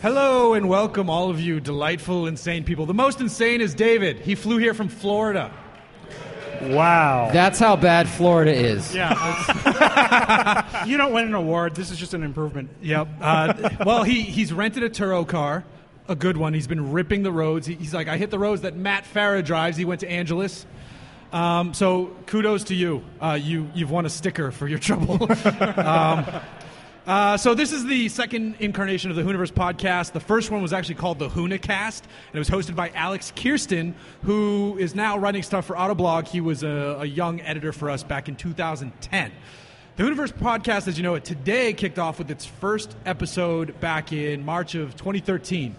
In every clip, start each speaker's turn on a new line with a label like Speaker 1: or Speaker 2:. Speaker 1: Hello and welcome, all of you delightful, insane people. The most insane is David. He flew here from Florida.
Speaker 2: Wow.
Speaker 3: That's how bad Florida is.
Speaker 2: you don't win an award. This is just an improvement.
Speaker 1: Yep. Uh, well, he, he's rented a Turo car, a good one. He's been ripping the roads. He, he's like, I hit the roads that Matt Farah drives. He went to Angeles. Um, so kudos to you. Uh, you you've won a sticker for your trouble. um, uh, so this is the second incarnation of the Hooniverse podcast. The first one was actually called the Hoonicast, and it was hosted by Alex Kirsten, who is now writing stuff for Autoblog. He was a, a young editor for us back in 2010. The Hooniverse podcast, as you know it, today kicked off with its first episode back in March of 2013.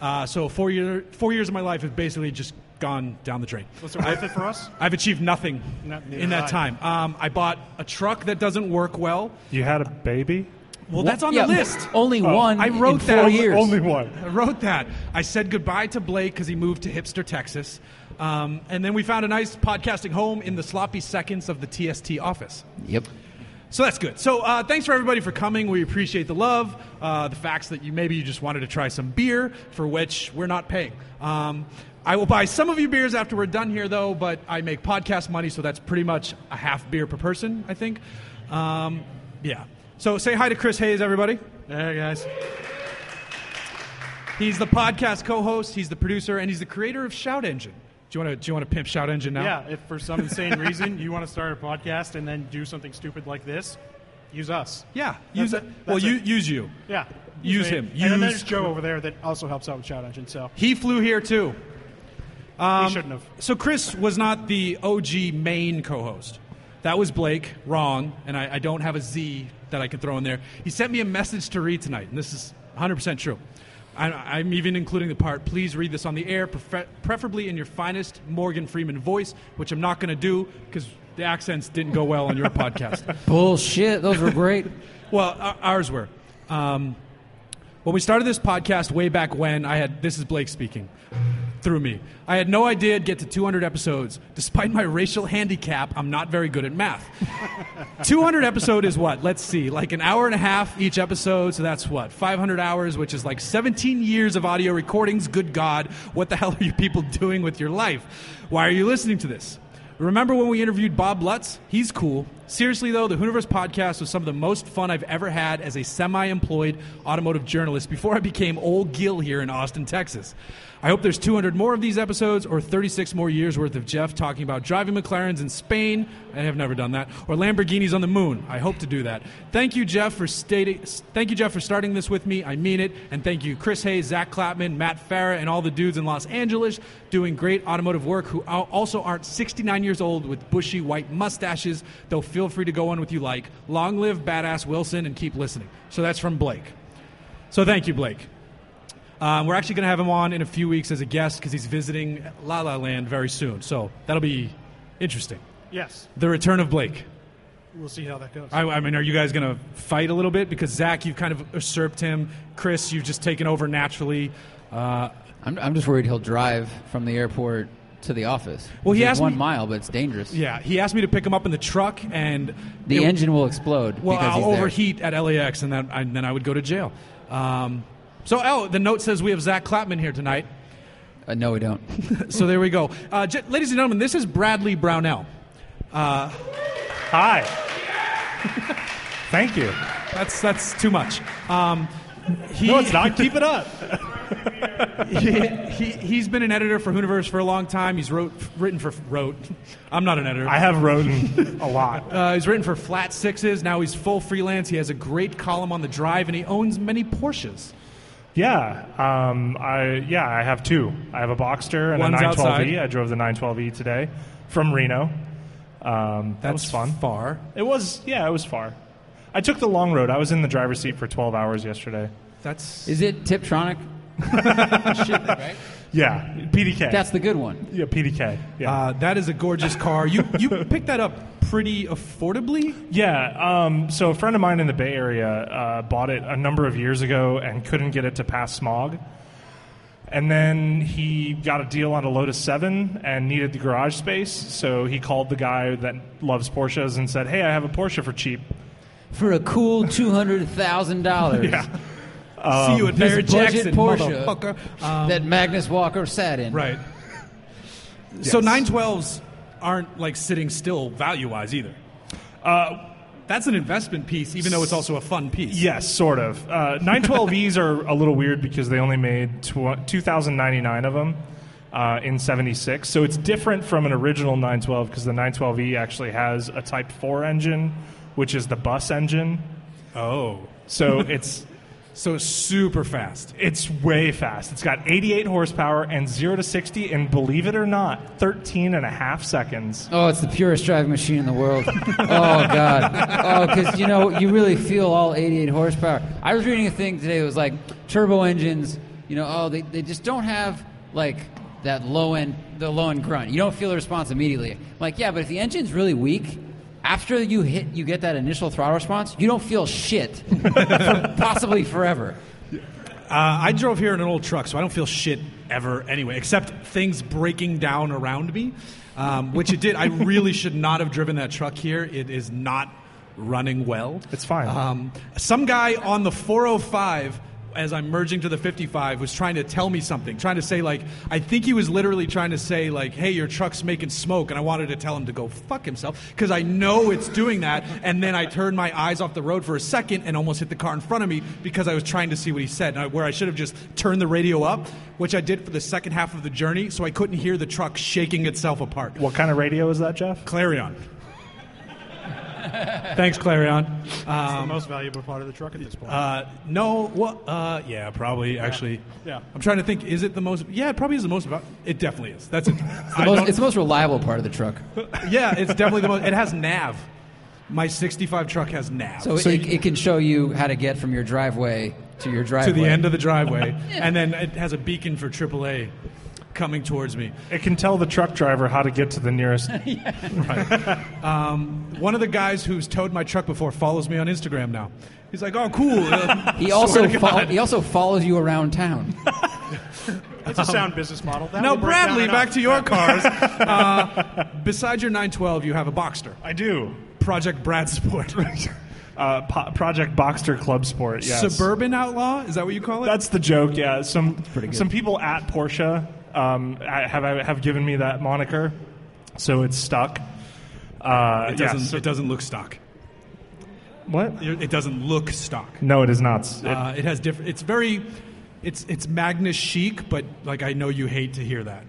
Speaker 1: Uh, so four year four years of my life have basically just gone down the drain.
Speaker 2: Was it worth it for us?
Speaker 1: I've achieved nothing
Speaker 2: Not- neither
Speaker 1: in that
Speaker 2: have I.
Speaker 1: time. Um, I bought a truck that doesn't work well.
Speaker 4: You had a baby?
Speaker 1: Well, that's on
Speaker 3: Yeah,
Speaker 1: the list. Oh,
Speaker 3: Only one.
Speaker 1: I wrote
Speaker 3: in four
Speaker 1: that.
Speaker 3: years.
Speaker 4: Only one.
Speaker 1: I wrote that. I said goodbye to Blake because he moved to hipster Texas. Um, and then we found a nice podcasting home in the sloppy seconds of the TST office.
Speaker 3: Yep.
Speaker 1: So that's good. So uh, thanks for everybody for coming. We appreciate the love, uh, the facts that you maybe you just wanted to try some beer, for which we're not paying. Um, I will buy some of you beers after we're done here, though. But I make podcast money, so that's pretty much a half beer per person, I think. Um, yeah. So say hi to Chris Hayes, everybody.
Speaker 2: Hey, guys.
Speaker 1: He's the podcast co-host. He's the producer, and he's the creator of Shout Engine. Do you want to? Do you want to pimp Shout Engine now?
Speaker 2: Yeah, if for some insane reason you want to start a podcast and then do something stupid like this, use us.
Speaker 1: Yeah. Use
Speaker 2: That's
Speaker 1: it.
Speaker 2: it. That's
Speaker 1: Well, you,
Speaker 2: it.
Speaker 1: use you.
Speaker 2: Yeah.
Speaker 1: Use
Speaker 2: me.
Speaker 1: him.
Speaker 2: And then
Speaker 1: Use-
Speaker 2: there's Joe over there that also helps out with Shout Engine, so
Speaker 1: He flew here too.
Speaker 4: Um,
Speaker 2: he shouldn't have.
Speaker 1: So Chris was not the OG main co-host. That was Blake. Wrong, and I, I don't have a Z that I can throw in there. He sent me a message to read tonight, and this is 100% true. I, I'm even including the part. Please read this on the air, prefer- preferably in your finest Morgan Freeman voice, which I'm not going to do because the accents didn't go well on your podcast.
Speaker 3: Bullshit. Those were great.
Speaker 1: Well, o- ours were. Um, when we started this podcast way back when, I had this is Blake speaking through me. I had no idea I'd get to 200 episodes. Despite my racial handicap, I'm not very good at math. 200 episode is what? Let's see, like an hour and a half each episode. So that's what 500 hours, which is like 17 years of audio recordings. Good God, what the hell are you people doing with your life? Why are you listening to this? Remember when we interviewed Bob Lutz? He's cool. Seriously, though, the Hooniverse podcast was some of the most fun I've ever had as a semi employed automotive journalist before I became Old Gill here in Austin, Texas. I hope there's 200 more of these episodes or 36 more years worth of Jeff talking about driving McLarens in Spain. I have never done that. Or Lamborghinis on the moon. I hope to do that. Thank you, Jeff, for stating, thank you, Jeff, for starting this with me. I mean it. And thank you, Chris Hayes, Zach Clapman, Matt Farah, and all the dudes in Los Angeles doing great automotive work who al- also aren't 69 years old with bushy white mustaches, though feel free to go on with you like. Long live badass Wilson and keep listening. So that's from Blake. So thank you, Blake. Um, we're actually going to have him on in a few weeks as a guest because he's visiting La La Land very soon. So that'll be interesting.
Speaker 2: Yes,
Speaker 1: The return of Blake.
Speaker 2: we'll see how that goes.
Speaker 1: I, I mean, are you guys going to fight a little bit? Because Zach, you've kind of usurped him. Chris, you've just taken over naturally. Uh,
Speaker 3: I'm, I'm just worried he'll drive from the airport to the office.
Speaker 1: Well, he
Speaker 3: It's
Speaker 1: asked
Speaker 3: one
Speaker 1: me-
Speaker 3: mile, but it's dangerous.
Speaker 1: yeah, he asked me to pick him up in the truck, and
Speaker 3: The
Speaker 1: it-
Speaker 3: engine will explode
Speaker 1: Well,
Speaker 3: because
Speaker 1: I'll
Speaker 3: he's there.
Speaker 1: overheat at LAX, and, that, and then I would go to jail. Um, so, oh, the note says we have Zach Clapman here tonight.
Speaker 3: Uh, no, we don't.
Speaker 1: So there we go, uh, j- ladies and gentlemen. This is Bradley Brownell.
Speaker 4: Hi. Thank you.
Speaker 1: That's that's too much. Um, he,
Speaker 4: No, it's not. Keep it up.
Speaker 1: he, he, has been an editor for Hooniverse for a long time. He's wrote, written for wrote. I'm not an editor.
Speaker 4: I have rodent a lot.
Speaker 1: Uh, he's written for Flat Sixes. Now he's full freelance. He has a great column on the Drive, and he owns many Porsches.
Speaker 4: Yeah. Um, I yeah, I have two. I have a Boxster and
Speaker 1: One's
Speaker 4: a 912e.
Speaker 1: outside.
Speaker 4: I drove the 912e today from E Reno. Um, that was fun.
Speaker 1: Far.
Speaker 4: It was, yeah, it was far. I took the long road. I was in the driver's seat for 12 hours yesterday.
Speaker 1: That's
Speaker 3: Is it Tiptronic? Shit, right?
Speaker 4: Yeah, PDK.
Speaker 3: That's the good one.
Speaker 4: yeah, PDK. Yeah,
Speaker 1: uh, that is a gorgeous car. You you picked that up pretty affordably.
Speaker 4: yeah. Um, so a friend of mine in the Bay Area uh, bought it a number of years ago and couldn't get it to pass smog. And then he got a deal on a Lotus Seven and needed the garage space, so he called the guy that loves Porsches and said, "Hey, I have a Porsche for cheap."
Speaker 3: For a cool two hundred thousand dollars
Speaker 4: Um,
Speaker 1: See you at
Speaker 3: this
Speaker 1: Barrett
Speaker 3: budget
Speaker 1: Jackson,
Speaker 3: Porsche.
Speaker 1: motherfucker.
Speaker 3: that Magnus Walker sat in.
Speaker 1: Right. So 912s aren't like sitting still value wise either.
Speaker 4: Uh,
Speaker 1: That's an investment piece, even though it's also a fun piece.
Speaker 4: yes, sort of. Uh, 912Es are a little weird because they only made tw- 2,099 of them uh, in 76. So it's different from an original 912 because the 912E actually has a Type 4 engine, which is the bus engine.
Speaker 1: Oh.
Speaker 4: So it's
Speaker 1: So it's super fast.
Speaker 4: it's way fast. It's got 88 horsepower and 0 to 60 in, believe it or not, 13 and a half seconds.
Speaker 3: Oh, it's the purest driving machine in the world. oh God. Oh, because you know you really feel all 88 horsepower. I was reading a thing today that was like turbo engines. You know, oh, they, they just don't have like that low end the low end grunt. You don't feel the response immediately. I'm like, yeah, but if the engine's really weak. After you hit, you get that initial throttle response. You don't feel shit, for possibly forever.
Speaker 1: Uh, I drove here in an old truck, so I don't feel shit ever anyway, except things breaking down around me, um, which it did. I really should not have driven that truck here. It is not running well.
Speaker 4: It's fine.
Speaker 1: Um, some guy on the 405 as I'm merging to the 55 was trying to tell me something, trying to say like I think he was literally trying to say like hey your truck's making smoke and I wanted to tell him to go fuck himself cuz I know it's doing that and then I turned my eyes off the road for a second and almost hit the car in front of me because I was trying to see what he said and I, where I should have just turned the radio up, which I did for the second half of the journey so I couldn't hear the truck shaking itself apart.
Speaker 4: What kind of radio is that, Jeff?
Speaker 1: Clarion. Thanks Clarion.
Speaker 2: It's the most valuable part of the truck at this point.
Speaker 1: Uh, no, well, uh, yeah, probably actually.
Speaker 2: Yeah.
Speaker 1: I'm trying to think. Is it the most? Yeah, it probably is the most. val- It definitely is. That's it.
Speaker 3: The
Speaker 1: I
Speaker 3: most-
Speaker 1: don't-
Speaker 3: it's the most reliable part of the truck.
Speaker 1: yeah, it's definitely the most. It has nav. My 65 truck has nav.
Speaker 3: So, it, it can show you how to get from your driveway to your driveway.
Speaker 1: to the end of the driveway, and then it has a beacon for AAA coming towards me.
Speaker 4: It can tell the truck driver how to get to the nearest.
Speaker 1: One of the guys who's towed my truck before follows me on Instagram now. He's like, "Oh, cool." Uh,
Speaker 3: He
Speaker 1: swear
Speaker 3: also
Speaker 1: to
Speaker 3: fol-
Speaker 1: God.
Speaker 3: he also follows you around town.
Speaker 2: It's a
Speaker 4: Um,
Speaker 2: sound business model. That
Speaker 1: now,
Speaker 2: would break down
Speaker 1: Bradley,
Speaker 2: enough.
Speaker 1: back to your cars. Uh, besides your 912, you have a Boxster,
Speaker 4: I do.
Speaker 1: Project Brad Sport.
Speaker 4: Uh, po- Project Boxster Club Sport. Yes.
Speaker 1: Suburban outlaw? Is that what you call it?
Speaker 4: That's the joke. Yeah. Some some people at Porsche um, I- have have given me that moniker, so it's stuck. Uh,
Speaker 1: it
Speaker 4: yeah,
Speaker 1: doesn't.
Speaker 4: so-
Speaker 1: It doesn't look stock.
Speaker 4: what?
Speaker 1: It it doesn't look stock.
Speaker 4: No, it is not. It-
Speaker 1: Uh, it has different. It's very. It's it's Magnus chic, but like I know you hate to hear that.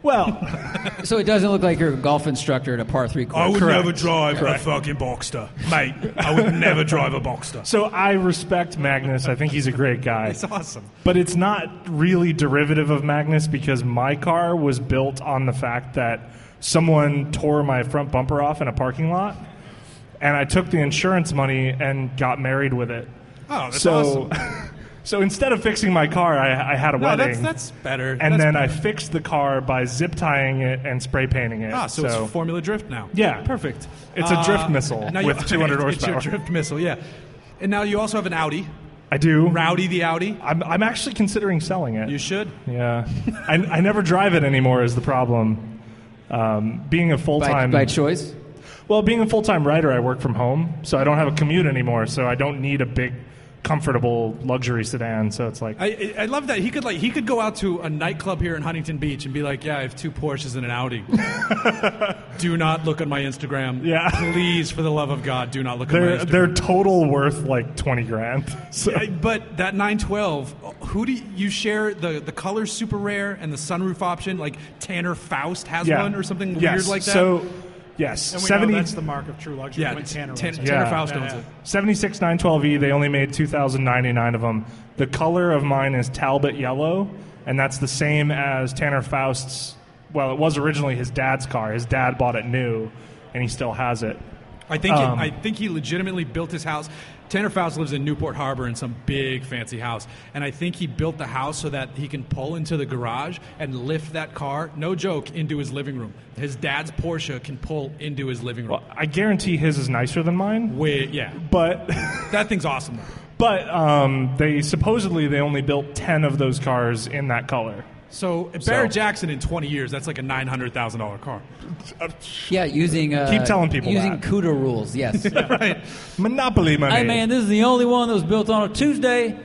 Speaker 4: well,
Speaker 3: So it doesn't look like your golf instructor at a par three
Speaker 1: Oh,
Speaker 3: course.
Speaker 4: Correct.
Speaker 1: drive a fucking Boxster, mate. I would never drive a Boxster.
Speaker 4: so I respect Magnus. I think he's a great guy.
Speaker 1: It's awesome.
Speaker 4: But it's not really derivative of Magnus because my car was built on the fact that someone tore my front bumper off in a parking lot, and I took the insurance money and got married with it.
Speaker 1: Oh, that's
Speaker 4: so,
Speaker 1: awesome.
Speaker 4: so instead of fixing my car, I, I had a
Speaker 1: No,
Speaker 4: wedding.
Speaker 1: that's that's better.
Speaker 4: and
Speaker 1: That's
Speaker 4: then I
Speaker 1: better.
Speaker 4: fixed the car by zip tying it and spray painting it.
Speaker 1: ah, so, it's Formula Drift now.
Speaker 4: Yeah.
Speaker 1: perfect. Uh,
Speaker 4: It's a drift missile
Speaker 1: now you-
Speaker 4: with 200
Speaker 1: it's your
Speaker 4: horsepower.
Speaker 1: drift missile, yeah. And now you also have an Audi,
Speaker 4: I do.
Speaker 1: Rowdy the Audi.
Speaker 4: I'm, I'm actually considering selling it.
Speaker 1: You should.
Speaker 4: Yeah, I, I never drive it anymore is the problem. Um, being a full
Speaker 3: by,
Speaker 4: time
Speaker 3: by choice.
Speaker 4: well, being a full time writer, I work from home, so I don't have a commute anymore. So I don't need a big, comfortable luxury sedan. So it's like
Speaker 1: I, I I love that he could like he could go out to a nightclub here in Huntington Beach and be like, "Yeah, I have two Porsches and an Audi." do not look at my Instagram.
Speaker 4: Yeah.
Speaker 1: please, for the love of God, do not look at my
Speaker 4: they're
Speaker 1: Instagram.
Speaker 4: they're total worth like twenty grand. So
Speaker 1: I- but that 912, who do you, you share the the color super rare and the sunroof option? Like Tanner Faust has
Speaker 4: yeah,
Speaker 1: one or something
Speaker 4: Yes.
Speaker 1: weird like that.
Speaker 4: So yes,
Speaker 2: And we
Speaker 4: seventy.
Speaker 2: know that's the mark of true luxury
Speaker 1: yeah,
Speaker 2: when
Speaker 1: it's
Speaker 2: Tanner
Speaker 1: Tan-
Speaker 2: owns
Speaker 1: Tanner
Speaker 2: it.
Speaker 4: Yeah.
Speaker 1: Faust
Speaker 2: Yeah,
Speaker 1: owns
Speaker 2: yeah.
Speaker 1: it.
Speaker 4: 76 912E, E, they only made 2,099 of them. The color of mine is Talbot yellow, and that's the same as Tanner Faust's. Well, it was originally his dad's car. His dad bought it new, and he still has it.
Speaker 1: I think
Speaker 4: Um,
Speaker 1: he, I think he legitimately built his house. Tanner Faust lives in Newport Harbor in some big fancy house, and I think he built the house so that he can pull into the garage and lift that car, no joke, into his living room. His dad's Porsche can pull into his living room.
Speaker 4: Well, I guarantee his is nicer than mine,
Speaker 1: Wait, yeah,
Speaker 4: but
Speaker 1: that thing's awesome. Though.
Speaker 4: but um, they supposedly they only built ten of those cars in that color.
Speaker 1: So Barrett Jackson in 20 years, that's like a nine hundred thousand dollar car.
Speaker 3: Yeah, using uh,
Speaker 4: Keep telling people
Speaker 3: using
Speaker 4: that.
Speaker 3: CUDA rules. Yes.
Speaker 4: Right, monopoly money.
Speaker 3: Hey man, this is the only one that was built on a Tuesday.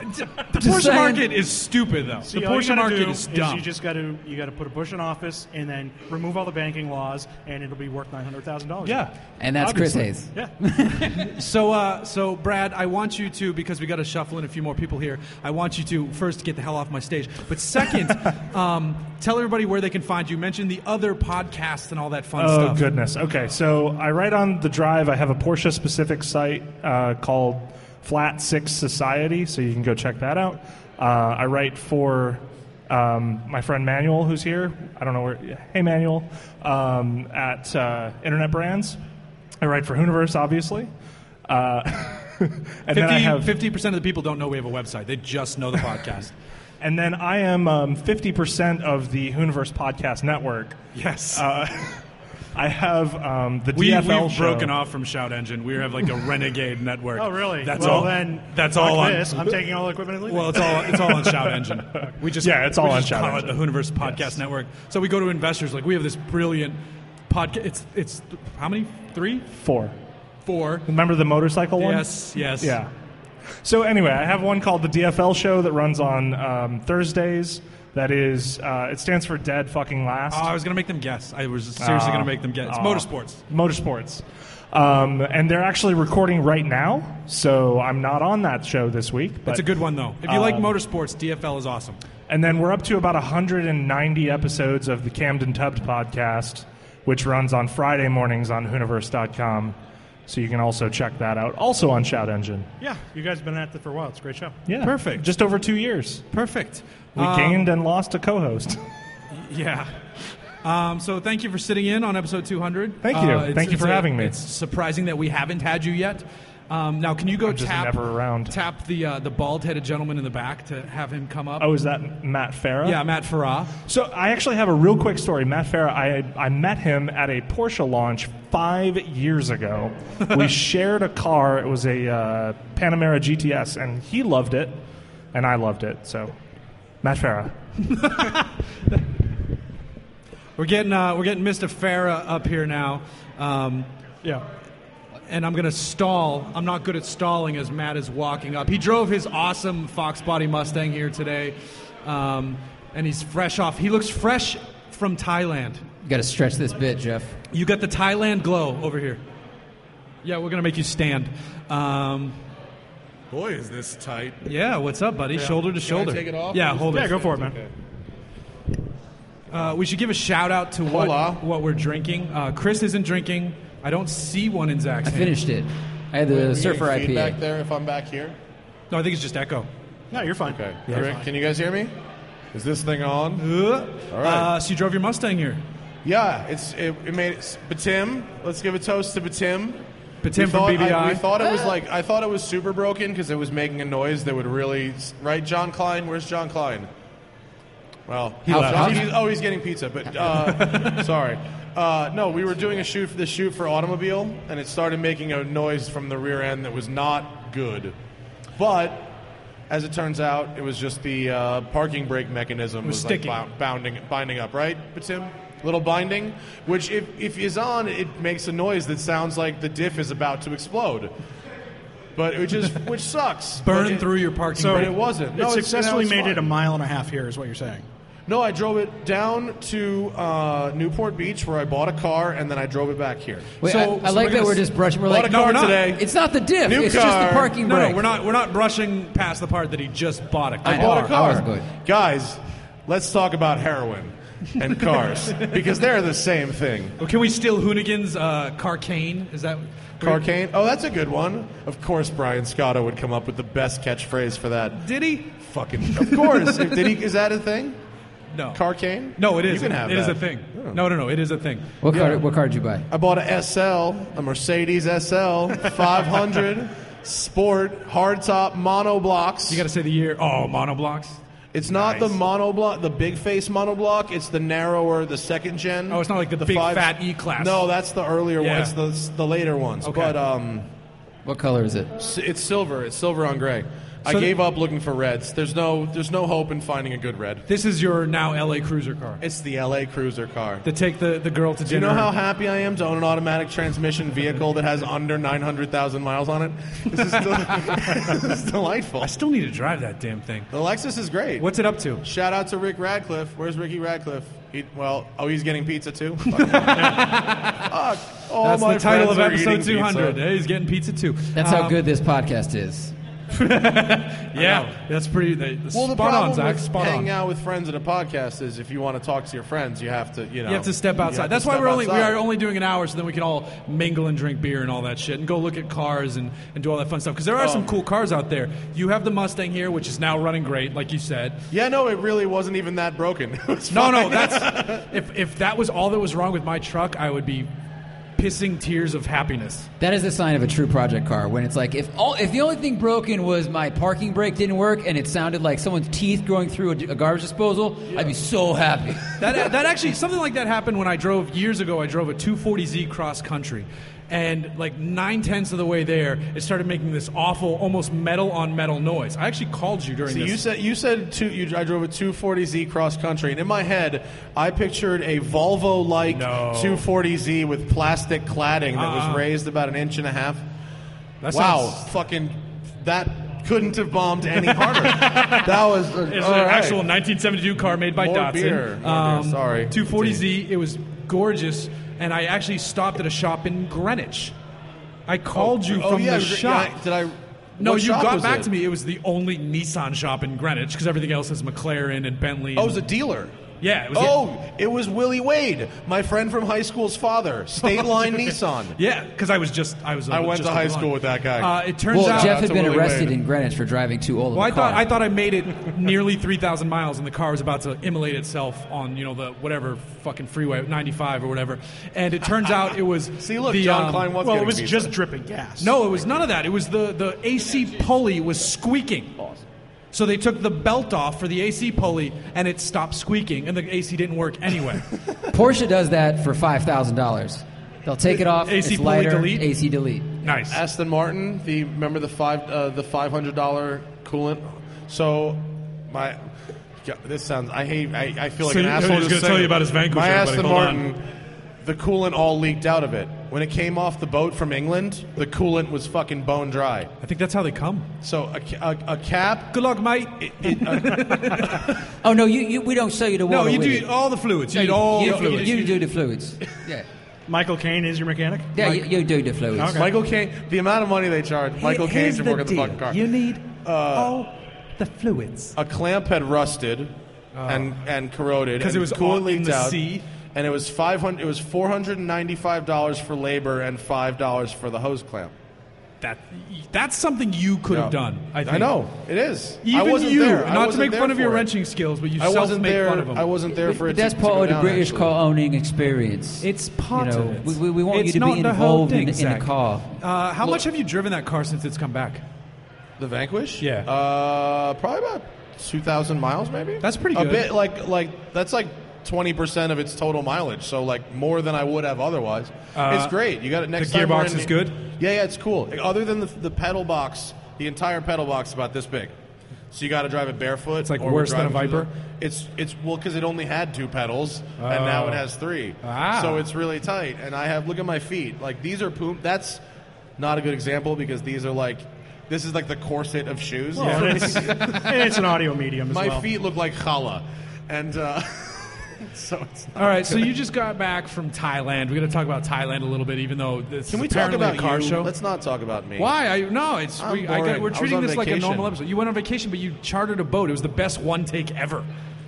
Speaker 1: The Porsche
Speaker 3: saying.
Speaker 1: market is stupid though.
Speaker 2: See,
Speaker 1: the
Speaker 2: all you
Speaker 1: Porsche
Speaker 2: gotta
Speaker 1: market
Speaker 2: do
Speaker 1: is dumb.
Speaker 2: you just got to you got to put a Bush in office and then remove all the banking laws, and it'll be worth nine hundred thousand dollars.
Speaker 4: yeah,
Speaker 3: And that's
Speaker 4: Obviously.
Speaker 3: Chris Hayes.
Speaker 2: yeah.
Speaker 1: So, uh, so Brad, I want you to because we got to shuffle in a few more people here. I want you to first get the hell off my stage, but second, um, tell everybody where they can find you. Mention the other podcasts and all that fun
Speaker 4: Oh
Speaker 1: stuff.
Speaker 4: goodness. Okay, so I write on the drive. I have a Porsche specific site uh, called Flat Six Society, so you can go check that out. Uh, I write for um, my friend Manuel, who's here. I don't know where. Hey, Manuel, um, at uh, Internet Brands. I write for Hooniverse, obviously. Uh, and then I have
Speaker 1: Fifty percent of the people don't know we have a website; they just know the podcast.
Speaker 4: And then I am um, 50% of the Hooniverse Podcast Network.
Speaker 1: yes,
Speaker 4: Uh, I have um, the
Speaker 1: we, have
Speaker 4: DFL show.
Speaker 1: broken off from Shout Engine. We have like a renegade network.
Speaker 2: Oh, really?
Speaker 1: That's
Speaker 2: well,
Speaker 1: all.
Speaker 2: Then
Speaker 1: that's
Speaker 2: fuck
Speaker 1: all on.
Speaker 2: this. I'm taking all the equipment and leaving.
Speaker 1: Well, it's all it's all on Shout Engine. We just
Speaker 4: Yeah, it's all
Speaker 1: we
Speaker 4: on
Speaker 1: just
Speaker 4: Shout
Speaker 1: call
Speaker 4: Engine.
Speaker 1: it the Hooniverse Podcast Network. So we go to investors like we have this brilliant podcast. It's it's how many three
Speaker 4: Four.
Speaker 1: four.
Speaker 4: Remember the motorcycle one?
Speaker 1: Yes, yes.
Speaker 4: Yeah. So anyway, I have one called the DFL Show that runs on um, Thursdays. That is, uh, it stands for Dead Fucking Last.
Speaker 1: Oh, I was gonna make them guess. I was seriously
Speaker 4: Ah.
Speaker 1: gonna make them guess. It's
Speaker 4: Ah.
Speaker 1: motorsports.
Speaker 4: Motorsports. Um, and they're actually recording right now, so I'm not on that show this week. But um,
Speaker 1: That's a good one though. If you like motorsports, DFL is awesome.
Speaker 4: And then we're up to about 190 episodes of the Camden Tubbed podcast, which runs on Friday mornings on Hooniverse.com. So you can also check that out, also on Shout Engine.
Speaker 2: yeah. You guys have been at it for a while. It's a great show.
Speaker 4: Yeah.
Speaker 1: Perfect.
Speaker 4: Just over two years.
Speaker 1: Perfect.
Speaker 4: We gained and lost a co host.
Speaker 1: Yeah. Um, so thank you for sitting in on episode 200.
Speaker 4: Thank you.
Speaker 1: it's-
Speaker 4: Thank you
Speaker 1: it's
Speaker 4: for
Speaker 1: a-
Speaker 4: having me.
Speaker 1: It's surprising that we haven't had you yet. Um, now, can you go
Speaker 4: just
Speaker 1: tap
Speaker 4: never around.
Speaker 1: tap the uh, the bald headed gentleman in the back to have him come up?
Speaker 4: Oh, is that Matt Farah?
Speaker 1: yeah, Matt Farah.
Speaker 4: So I actually have a real quick story. Matt Farah, I, I met him at a Porsche launch five years ago. we shared a car. It was a uh, Panamera GTS, and he loved it, and I loved it. So, Matt Farah.
Speaker 1: We're getting uh, we're getting Mr. Farah up here now. Um,
Speaker 4: Yeah.
Speaker 1: and I'm going to stall. I'm not good at stalling as Matt is walking up. He drove his awesome Fox Body Mustang here today, um, and he's fresh off. He looks fresh from Thailand.
Speaker 3: You got to stretch this bit, Jeff.
Speaker 1: You got the Thailand glow over here. Yeah, we're going to make you stand. Um,
Speaker 5: Boy, is this tight.
Speaker 1: yeah, what's up, buddy? Shoulder to shoulder.
Speaker 5: take it off?
Speaker 1: Yeah, hold
Speaker 2: Yeah,
Speaker 1: it.
Speaker 2: go for it, man.
Speaker 1: Uh, we should give a shout out to
Speaker 5: Hola.
Speaker 1: what, what we're drinking. Uh, Chris isn't drinking. I don't see one in Zach's
Speaker 3: I
Speaker 1: hand.
Speaker 3: finished it. I had the Surfer
Speaker 5: Any feedback
Speaker 3: IPA.
Speaker 5: there if I'm back here?
Speaker 1: No, I think it's just echo.
Speaker 2: No, you're fine.
Speaker 5: Okay. Rick, can you guys hear me? Is this thing on?
Speaker 1: Uh,
Speaker 5: All right.
Speaker 1: uh, so you drove your Mustang here.
Speaker 5: Yeah, it's it, it made it. Batim, let's give a toast to Batim.
Speaker 1: Batim
Speaker 5: We
Speaker 1: from
Speaker 5: thought-
Speaker 1: BBI.
Speaker 5: I, we thought it was like I thought it was super broken because it was making a noise that would really right. John Klein, where's John Klein? Well, he
Speaker 3: left.
Speaker 5: oh, he's getting pizza, but uh, sorry. Uh, no, we were doing a shoot for the shoot for automobile, and it started making a noise from the rear end that was not good. But as it turns out, it was just the uh, parking brake mechanism
Speaker 1: was
Speaker 5: was,
Speaker 1: sticking.
Speaker 5: like bou- bounding, binding up, right? But Tim, little binding, which if if is on, it makes a noise that sounds like the diff is about to explode. But which is which sucks. But
Speaker 1: Burn
Speaker 5: it-
Speaker 1: through your parking
Speaker 5: But
Speaker 1: brake.
Speaker 5: it wasn't.
Speaker 2: it
Speaker 5: No, it's- that
Speaker 2: successfully
Speaker 5: was
Speaker 2: made
Speaker 5: fine.
Speaker 2: it a mile and a half here, is what you're saying.
Speaker 5: No, I drove it down to uh, Newport Beach where I bought a car, and then I drove it back here.
Speaker 3: Wait, I- I, like that we're just brushing. We're
Speaker 5: bought
Speaker 3: like,
Speaker 5: a car
Speaker 1: we're not.
Speaker 5: today.
Speaker 3: it's not the diff.
Speaker 5: New
Speaker 3: it's just
Speaker 5: car.
Speaker 3: the parking
Speaker 1: No,
Speaker 3: brake.
Speaker 1: no, we're not. We're not brushing past the part that he just bought. A car.
Speaker 5: I bought
Speaker 3: I
Speaker 5: a car.
Speaker 3: was good.
Speaker 5: Guys, let's talk about heroin and cars because they're the same thing.
Speaker 1: Well, Can we steal Hoonigan's uh, carcane? Is that
Speaker 5: Carcane. Oh, that's a good one. Of course, Brian Scotto would come up with the best catchphrase for that.
Speaker 1: Did he?
Speaker 5: Fucking. Of course. Did he? Is that a thing?
Speaker 1: No.
Speaker 5: Carcane?
Speaker 1: No, it
Speaker 5: You
Speaker 1: is.
Speaker 5: can have
Speaker 1: It is
Speaker 5: that.
Speaker 1: a thing. No, no, no. It is a thing.
Speaker 3: What car? What car did you buy?
Speaker 5: I bought a SL, a Mercedes SL 500 Sport hardtop monoblocks.
Speaker 1: You got to say the year. Oh, monoblocks.
Speaker 5: it's not the monoblock, the big face monoblock. It's the narrower, the second gen.
Speaker 1: Oh, it's not like the big fat E class.
Speaker 5: No, that's the earlier
Speaker 1: Yeah.
Speaker 5: one. It's the the later ones.
Speaker 1: Okay.
Speaker 5: But um,
Speaker 3: What color is it?
Speaker 5: s- it's silver. It's silver on gray. I
Speaker 1: So-
Speaker 5: gave up looking for reds. There's no there's no hope in finding a good red.
Speaker 1: This is your now LA cruiser car.
Speaker 5: It's the LA Cruiser car.
Speaker 1: to take the, the girl to
Speaker 5: Do you
Speaker 1: dinner.
Speaker 5: know how happy I am to own an automatic transmission vehicle that has under 900,000 miles on it? This is, del- this is delightful.
Speaker 1: I still need to drive that damn thing.
Speaker 5: The Lexus is great.
Speaker 1: What's it up to?
Speaker 5: Shout out to Rick Radcliffe. Where's Ricky Radcliffe? He, well, oh, he's getting pizza too. Fuck. Fuck. All
Speaker 1: That's
Speaker 5: my
Speaker 1: the title
Speaker 5: friends
Speaker 1: of
Speaker 5: are
Speaker 1: episode
Speaker 5: eating
Speaker 1: 200.
Speaker 5: pizza.
Speaker 1: Hey, he's getting pizza too.
Speaker 3: That's
Speaker 1: Um,
Speaker 3: how good this podcast is.
Speaker 1: Yeah, that's pretty. They,
Speaker 5: Well,
Speaker 1: spot
Speaker 5: the
Speaker 1: on,
Speaker 5: problem
Speaker 1: Zach.
Speaker 5: with
Speaker 1: Spot on.
Speaker 5: hanging out with friends at a podcast is if you want to talk to your friends, you have to, you know,
Speaker 1: You have to step
Speaker 5: you
Speaker 1: outside.
Speaker 5: have
Speaker 1: That's
Speaker 5: to
Speaker 1: why
Speaker 5: step
Speaker 1: we're only we
Speaker 5: outside.
Speaker 1: are only doing an hour, so then we can all mingle and drink beer and all that shit, and go look at cars and, and do all that fun stuff. Because there are
Speaker 5: Oh.
Speaker 1: some cool cars out there. You have the Mustang here, which is now running great, like you said.
Speaker 5: Yeah, no, it really wasn't even that broken. It was
Speaker 1: No,
Speaker 5: fine.
Speaker 1: no, that's if if that was all that was wrong with my truck, I would be pissing tears of happiness.
Speaker 3: That is the sign of a true project car when it's like if all if the only thing broken was my parking brake didn't work and it sounded like someone's teeth going through a, a garbage disposal, I'd be so happy.
Speaker 1: that, that actually something like that happened when I drove years ago. I drove a 240Z cross country, and like nine tenths of the way there, it started making this awful, almost metal on metal noise. I actually called you during
Speaker 5: So
Speaker 1: this.
Speaker 5: you said you said two, you, I drove a 240Z cross country, and in my head, I pictured a Volvo-like
Speaker 1: No.
Speaker 5: 240Z with plastic cladding that
Speaker 1: Uh-uh.
Speaker 5: was raised about an inch and a half.
Speaker 1: That
Speaker 5: wow,
Speaker 1: sounds-
Speaker 5: fucking that couldn't have bombed any harder. that was uh,
Speaker 1: It's
Speaker 5: all
Speaker 1: an
Speaker 5: right.
Speaker 1: actual 1972 car made by
Speaker 5: More
Speaker 1: Datsun. Um,
Speaker 5: beer. More beer, sorry.
Speaker 1: 240Z. It was gorgeous, and I actually stopped at a shop in Greenwich. I called you
Speaker 5: Oh
Speaker 1: from the
Speaker 5: yeah, gr-
Speaker 1: shop.
Speaker 5: yeah, Did I?
Speaker 1: no,
Speaker 5: what
Speaker 1: you
Speaker 5: shop
Speaker 1: got
Speaker 5: was
Speaker 1: back
Speaker 5: it?
Speaker 1: to me. It was the only Nissan shop in Greenwich because everything else is McLaren and Bentley.
Speaker 5: Oh, it
Speaker 1: and-
Speaker 5: was a dealer.
Speaker 1: yeah, it was
Speaker 5: Oh, it was Willie Wade, my friend from high school's father, State Line Nissan.
Speaker 1: Yeah, because I was just I was. uh,
Speaker 5: I went
Speaker 1: just
Speaker 5: to high
Speaker 1: along.
Speaker 5: school with that guy.
Speaker 1: Uh, it turns
Speaker 3: well,
Speaker 1: out.
Speaker 3: Jeff
Speaker 5: that's
Speaker 3: had
Speaker 5: a
Speaker 3: been
Speaker 5: Willy
Speaker 3: arrested
Speaker 5: Wayne.
Speaker 3: in Greenwich for driving too old.
Speaker 1: well, I
Speaker 3: of a car.
Speaker 1: thought I thought I made it nearly three thousand miles, and the car was about to immolate itself on you know the whatever fucking freeway ninety five or whatever. And it turns out it was
Speaker 5: See, look,
Speaker 1: the,
Speaker 5: John
Speaker 1: um,
Speaker 5: Klein was
Speaker 2: Well,
Speaker 5: getting
Speaker 2: it was
Speaker 5: pizza.
Speaker 2: just dripping gas.
Speaker 1: No, it was none of that. It was the the AC pulley was squeaking. So they took the belt off for the AC pulley, and it stopped squeaking, and the AC didn't work anyway.
Speaker 3: Porsche does that for five thousand dollars. They'll take it off.
Speaker 1: AC
Speaker 3: it's
Speaker 1: fully
Speaker 3: lighter.
Speaker 1: delete?
Speaker 3: AC delete.
Speaker 1: nice.
Speaker 5: Aston Martin, the remember the five uh, the five hundred dollar coolant. So my God, this sounds I hate I, I feel like
Speaker 1: So
Speaker 5: an
Speaker 1: you- I was
Speaker 5: asshole.
Speaker 1: just
Speaker 5: going
Speaker 1: gonna
Speaker 5: to
Speaker 1: tell you about his Vanquish,
Speaker 5: My
Speaker 1: everybody.
Speaker 5: Aston
Speaker 1: Hold on.
Speaker 5: Martin, the coolant all leaked out of it. When it came off the boat from England, the coolant was fucking bone dry.
Speaker 1: I think that's how they come.
Speaker 5: So a, ca- a, a cap.
Speaker 1: Good luck, mate.
Speaker 5: It, uh,
Speaker 3: Oh no, you, you we don't sell you the
Speaker 1: no,
Speaker 3: water.
Speaker 1: you
Speaker 3: with
Speaker 1: do
Speaker 3: it.
Speaker 1: all the fluids. You
Speaker 3: No,
Speaker 1: need all
Speaker 3: you,
Speaker 1: the fluids.
Speaker 3: You, do the fluids. Yeah,
Speaker 2: Michael Caine is your mechanic.
Speaker 3: yeah, you, you do the fluids.
Speaker 5: Michael Caine, the amount of money they charge Michael Caine for working the fucking car.
Speaker 1: need all the fluids.
Speaker 5: a clamp had rusted and and corroded
Speaker 1: Oh. 'Cause it
Speaker 5: and
Speaker 1: was
Speaker 5: coolant
Speaker 1: on- in
Speaker 5: leaked
Speaker 1: the
Speaker 5: out,
Speaker 1: sea.
Speaker 5: and it was five hundred. It was four hundred and ninety five dollars for labor and five dollars for the hose clamp.
Speaker 1: That that's something you could have
Speaker 5: Yeah.
Speaker 1: done. I think.
Speaker 5: know it is.
Speaker 1: Even
Speaker 5: I wasn't
Speaker 1: you,
Speaker 5: there. I
Speaker 1: not to
Speaker 5: wasn't
Speaker 1: make
Speaker 5: there
Speaker 1: fun of
Speaker 5: for
Speaker 1: your
Speaker 5: it.
Speaker 1: wrenching skills, but you
Speaker 5: I
Speaker 1: self
Speaker 5: wasn't
Speaker 1: make
Speaker 5: there.
Speaker 1: fun of them.
Speaker 5: I wasn't there for it. to-
Speaker 3: That's
Speaker 5: to
Speaker 3: part
Speaker 5: go
Speaker 3: of the
Speaker 5: down,
Speaker 3: British
Speaker 5: actually.
Speaker 3: car owning experience.
Speaker 1: It's part
Speaker 3: you know,
Speaker 1: of it.
Speaker 3: We, we- we want
Speaker 1: It's
Speaker 3: you to
Speaker 1: not
Speaker 3: be
Speaker 1: the whole
Speaker 3: involved
Speaker 1: thing,
Speaker 3: in, in the
Speaker 1: Zach.
Speaker 3: car.
Speaker 1: Uh, how much have you driven that car since it's come back?
Speaker 5: The Vanquish.
Speaker 1: Yeah.
Speaker 5: Uh, probably about two thousand miles, maybe.
Speaker 1: That's pretty
Speaker 5: A
Speaker 1: good.
Speaker 5: bit like like that's like. 20% of its total mileage, so like more than I would have otherwise.
Speaker 1: Uh,
Speaker 5: it's great. You got it next
Speaker 1: the
Speaker 5: time. we're
Speaker 1: gearbox
Speaker 5: in-
Speaker 1: is good?
Speaker 5: Yeah, yeah, it's cool. Other than the, the pedal box, the entire pedal box is about this big. So you got to drive it barefoot.
Speaker 1: It's like
Speaker 5: or we're
Speaker 1: worse than a
Speaker 5: driving through the-
Speaker 1: Viper?
Speaker 5: it's it's well because it only had two pedals and now it has three.
Speaker 1: Oh. Ah.
Speaker 5: So it's really tight. And I have look at my feet. Like these are poom. That's not a good example because these are like this is like the corset of shoes.
Speaker 2: Well, and it's, and it's an audio medium as
Speaker 5: my
Speaker 2: well.
Speaker 5: feet look like challah, and uh, so it's. Not
Speaker 1: All right, so you just got back from Thailand. We're going to talk about Thailand a little bit, even though this
Speaker 5: Can
Speaker 1: is
Speaker 5: we talk
Speaker 1: apparently
Speaker 5: about
Speaker 1: a car
Speaker 5: you?
Speaker 1: show.
Speaker 5: Let's not talk about me.
Speaker 1: Why? I, no, it's
Speaker 5: I'm
Speaker 1: we, I
Speaker 5: boring.
Speaker 1: get, we're
Speaker 5: I was
Speaker 1: treating
Speaker 5: on
Speaker 1: this like a
Speaker 5: vacation.
Speaker 1: normal episode. You went on vacation, but you chartered a boat. It was the best one take ever.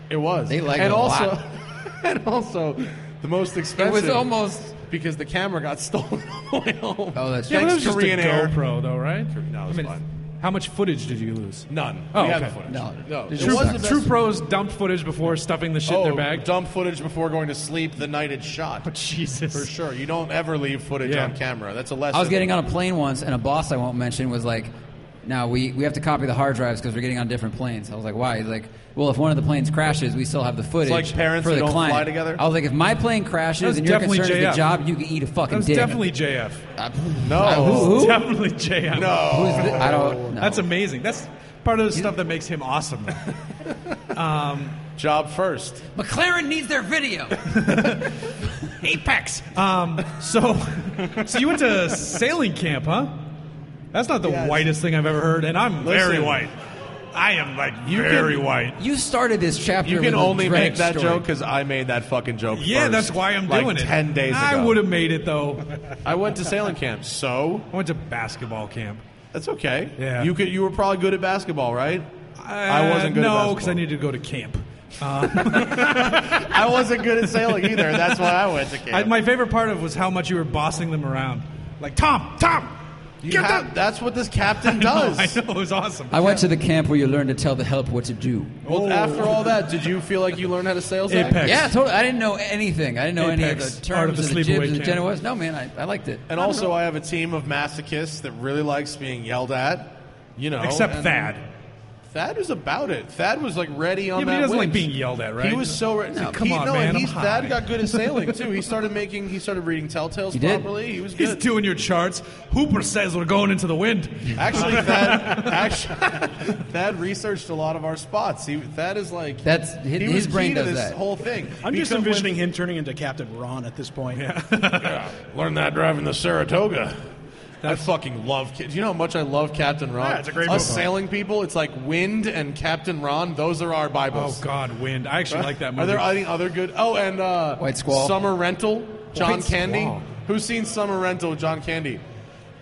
Speaker 5: It was.
Speaker 3: They like
Speaker 5: and
Speaker 3: it a
Speaker 5: also,
Speaker 3: lot.
Speaker 5: and also, the most
Speaker 3: It
Speaker 5: expensive.
Speaker 3: was almost.
Speaker 5: because the camera got stolen on the way home.
Speaker 3: Oh, that's
Speaker 5: Thanks,
Speaker 1: but it was
Speaker 5: Korean
Speaker 1: just a
Speaker 5: Air.
Speaker 1: GoPro, though, right?
Speaker 5: No, it was
Speaker 1: I mean,
Speaker 5: fine.
Speaker 1: How much footage did you lose?
Speaker 5: None.
Speaker 1: Oh,
Speaker 5: we have
Speaker 1: okay.
Speaker 5: the footage.
Speaker 3: No.
Speaker 5: no.
Speaker 3: There's
Speaker 5: It
Speaker 1: True,
Speaker 5: was the best-
Speaker 1: true pros dumped footage before stuffing the shit in their
Speaker 5: Oh,
Speaker 1: bag.
Speaker 5: Dump footage before going to sleep the night it's shot.
Speaker 1: Jesus.
Speaker 5: For sure. You don't ever leave footage
Speaker 1: Yeah.
Speaker 5: on camera. That's a lesson.
Speaker 3: I was getting on a plane once, and a boss I won't mention was like, "Now we, we have to copy the hard drives because we're getting on different planes." I was like, "Why?" He's like, "Well, if one of the planes crashes, we still have the footage."
Speaker 5: like parents
Speaker 3: for
Speaker 5: that
Speaker 3: the
Speaker 5: don't fly
Speaker 3: client."
Speaker 5: together?
Speaker 3: I was like, "If my plane crashes
Speaker 1: was
Speaker 3: and you're
Speaker 1: definitely
Speaker 3: concerned with
Speaker 1: JF.
Speaker 3: the job, you can eat a fucking
Speaker 1: That was
Speaker 3: dick."
Speaker 1: definitely JF.
Speaker 5: No.
Speaker 3: Who? who?
Speaker 1: Definitely JF.
Speaker 5: No.
Speaker 3: Who's the, I don't. know.
Speaker 1: That's amazing. That's part of the stuff that makes him awesome.
Speaker 5: Job first.
Speaker 3: McLaren needs their video.
Speaker 1: Apex. Um, so, so you went to sailing camp, huh? That's not the
Speaker 5: Yes.
Speaker 1: whitest thing I've ever heard, and I'm very
Speaker 5: Listen.
Speaker 1: white. I am like very
Speaker 5: can-
Speaker 1: white.
Speaker 3: You started this chapter.
Speaker 5: You
Speaker 3: with
Speaker 5: can
Speaker 3: a
Speaker 5: only make
Speaker 3: dreaded
Speaker 5: that
Speaker 3: story.
Speaker 5: joke because I made that fucking joke.
Speaker 1: Yeah,
Speaker 5: first,
Speaker 1: that's why I'm
Speaker 5: like
Speaker 1: doing it.
Speaker 5: Ten days ago,
Speaker 1: I would have made it though.
Speaker 5: I went to sailing camp, so
Speaker 1: I went to basketball camp.
Speaker 5: that's okay.
Speaker 1: Yeah.
Speaker 5: you could. You were probably good at basketball, right? I wasn't good.
Speaker 1: Uh,
Speaker 5: at
Speaker 1: No, because I
Speaker 5: basketball.
Speaker 1: needed to go to camp.
Speaker 5: I wasn't good at sailing either. That's why I went to camp.
Speaker 1: I, my favorite part of was how much you were bossing them around. Like Tom, Tom,
Speaker 5: You
Speaker 1: get
Speaker 5: have-
Speaker 1: the-
Speaker 5: that's what this captain does.
Speaker 1: I know it was awesome.
Speaker 3: I went to the camp where you learn to tell the help what to do.
Speaker 5: Well, after all that, did you feel like you learned how to sail? Zach?
Speaker 1: Apex.
Speaker 3: Yeah, totally. I didn't know anything. I didn't know any of
Speaker 1: Apex,
Speaker 3: the
Speaker 1: Art of
Speaker 3: terms
Speaker 1: the
Speaker 3: of the
Speaker 1: Sleepaway
Speaker 3: jibs and the
Speaker 1: Camp.
Speaker 3: genoas. No, man, I, I liked it.
Speaker 5: And also, I have a team of masochists that really likes being yelled at. You know,
Speaker 1: Except
Speaker 5: and
Speaker 1: Thad.
Speaker 5: Thad was about it. Thad was like ready on
Speaker 1: Yeah,
Speaker 5: that.
Speaker 1: but he doesn't like
Speaker 5: wave.
Speaker 1: being yelled at, right?
Speaker 5: He was so ready.
Speaker 1: No, come on,
Speaker 5: no,
Speaker 1: man,
Speaker 5: And
Speaker 1: I'm
Speaker 5: he's,
Speaker 1: high.
Speaker 5: Thad got good at sailing too. He started making. He started reading telltales
Speaker 3: He did.
Speaker 5: properly. He was
Speaker 1: He's
Speaker 5: good.
Speaker 1: doing your charts. Hooper says we're going into the wind.
Speaker 5: actually, Thad, actually, Thad researched a lot of our spots. He, Thad is like
Speaker 3: That's- his-
Speaker 5: he
Speaker 3: his
Speaker 5: was
Speaker 3: brain
Speaker 5: key
Speaker 3: does
Speaker 5: to this
Speaker 3: that.
Speaker 5: whole thing.
Speaker 6: I'm just
Speaker 5: Because when-
Speaker 6: envisioning him turning into Captain Ron at this point.
Speaker 5: Learn that driving the Saratoga. I fucking love. Do you know how much I love Captain Ron?
Speaker 2: Yeah, it's a great
Speaker 5: Us
Speaker 2: movie.
Speaker 5: sailing people, it's like Wind and Captain Ron. Those are our
Speaker 1: Oh
Speaker 5: Bibles.
Speaker 1: God, wind! I actually like that movie.
Speaker 5: Are there any other good? Oh, and uh,
Speaker 3: White Squall.
Speaker 5: Summer Rental, John
Speaker 1: White
Speaker 5: Candy.
Speaker 1: Squall.
Speaker 5: Who's seen Summer Rental, John Candy?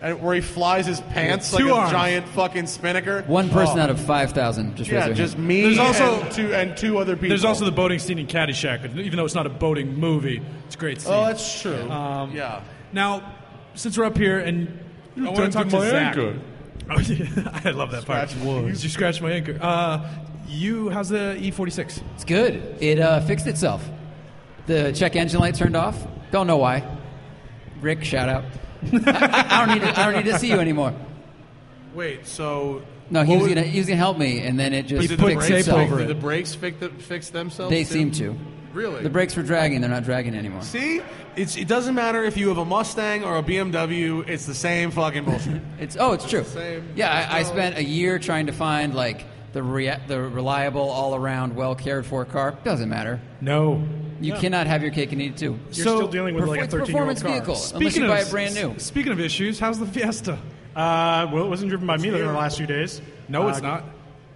Speaker 5: And where he flies his pants like
Speaker 1: two
Speaker 5: a
Speaker 1: arms.
Speaker 5: giant fucking spinnaker.
Speaker 3: One person out of 5,000 just raised
Speaker 5: Oh. Yeah,
Speaker 3: their
Speaker 5: just
Speaker 3: hand.
Speaker 5: me.
Speaker 1: There's also-
Speaker 5: and two and two other people.
Speaker 1: There's also the boating scene in Caddyshack, even though it's not a boating movie. It's a great scene.
Speaker 5: Oh, that's true.
Speaker 1: Um,
Speaker 5: yeah.
Speaker 1: now, since we're up here and I want to talk
Speaker 5: dented
Speaker 1: to
Speaker 5: my
Speaker 1: Zach.
Speaker 5: anchor.
Speaker 1: Oh, yeah. I love that part.
Speaker 5: Scratch wood.
Speaker 1: You scratched my anchor. Uh, you, how's the E E46?
Speaker 3: It's good. It uh, fixed itself. The check engine light turned off. Don't know why. Rick, shout out. I, I- I don't need to, I don't need to see you anymore.
Speaker 5: Wait. So
Speaker 3: No, he
Speaker 5: What
Speaker 3: was,
Speaker 5: was-
Speaker 3: gonna, he was gonna help me, and then it just
Speaker 1: He
Speaker 5: did
Speaker 1: put
Speaker 5: the
Speaker 3: fixed
Speaker 5: brakes,
Speaker 1: tape
Speaker 3: itself.
Speaker 1: over
Speaker 5: did
Speaker 1: it.
Speaker 5: the brakes fix, the, fix themselves?
Speaker 3: They
Speaker 5: too?
Speaker 3: seem to.
Speaker 5: Really?
Speaker 3: The brakes were dragging. They're not dragging anymore.
Speaker 5: See, it's it doesn't matter if you have a Mustang or a BMW. It's the same fucking bullshit.
Speaker 3: It's oh, it's true.
Speaker 5: same.
Speaker 3: Yeah, I, I
Speaker 5: No.
Speaker 3: spent a year trying to find like the rea- the reliable, all around, well cared for car. Doesn't matter.
Speaker 1: No.
Speaker 3: You cannot have your cake and eat it too.
Speaker 2: You're
Speaker 1: So,
Speaker 2: still dealing with like a
Speaker 3: It's a
Speaker 2: 13 year old
Speaker 3: performance
Speaker 2: car.
Speaker 3: vehicle, unless you buy it brand new.
Speaker 1: Speaking of issues, how's the Fiesta?
Speaker 2: Uh, well, it wasn't driven by me in the last few days.
Speaker 1: No, it's
Speaker 2: Uh,
Speaker 1: not.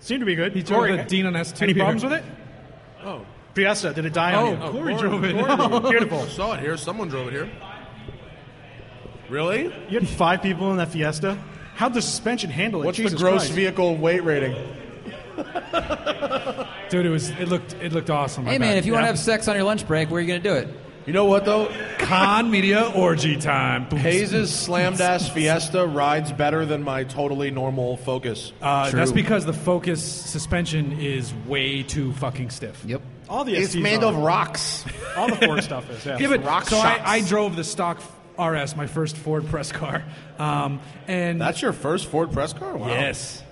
Speaker 2: Seemed to be good. He
Speaker 1: drove the Dean on S2
Speaker 2: Any
Speaker 1: here.
Speaker 2: problems with it?
Speaker 5: Oh.
Speaker 2: Fiesta, did it die on you?
Speaker 1: Oh, Corey drove it.
Speaker 2: Beautiful.
Speaker 5: saw it here. Someone drove it here. Really?
Speaker 1: Oh,
Speaker 2: You had five people in that Fiesta. How'd the suspension handle it?
Speaker 5: What's the
Speaker 2: Jesus
Speaker 5: gross
Speaker 2: Christ.
Speaker 5: vehicle weight rating?
Speaker 1: Dude, it was. It looked. It looked awesome.
Speaker 3: Hey man, if you want to have sex on your lunch break, where are you gonna do it?
Speaker 5: You know what though?
Speaker 1: con media orgy time. Boom.
Speaker 5: Hayes' slammed ass Fiesta rides better than my totally normal Focus.
Speaker 1: Uh,
Speaker 3: True.
Speaker 1: that's because the Focus suspension is way too fucking stiff.
Speaker 3: Yep.
Speaker 2: All the STs are.
Speaker 5: rocks.
Speaker 2: all the Ford stuff is. Yeah.
Speaker 1: Give it.
Speaker 5: rock
Speaker 1: so I,
Speaker 5: shots.
Speaker 1: I drove the stock RS, my first Ford press car, um, and
Speaker 5: That's your first Ford press car? Wow.
Speaker 1: yes,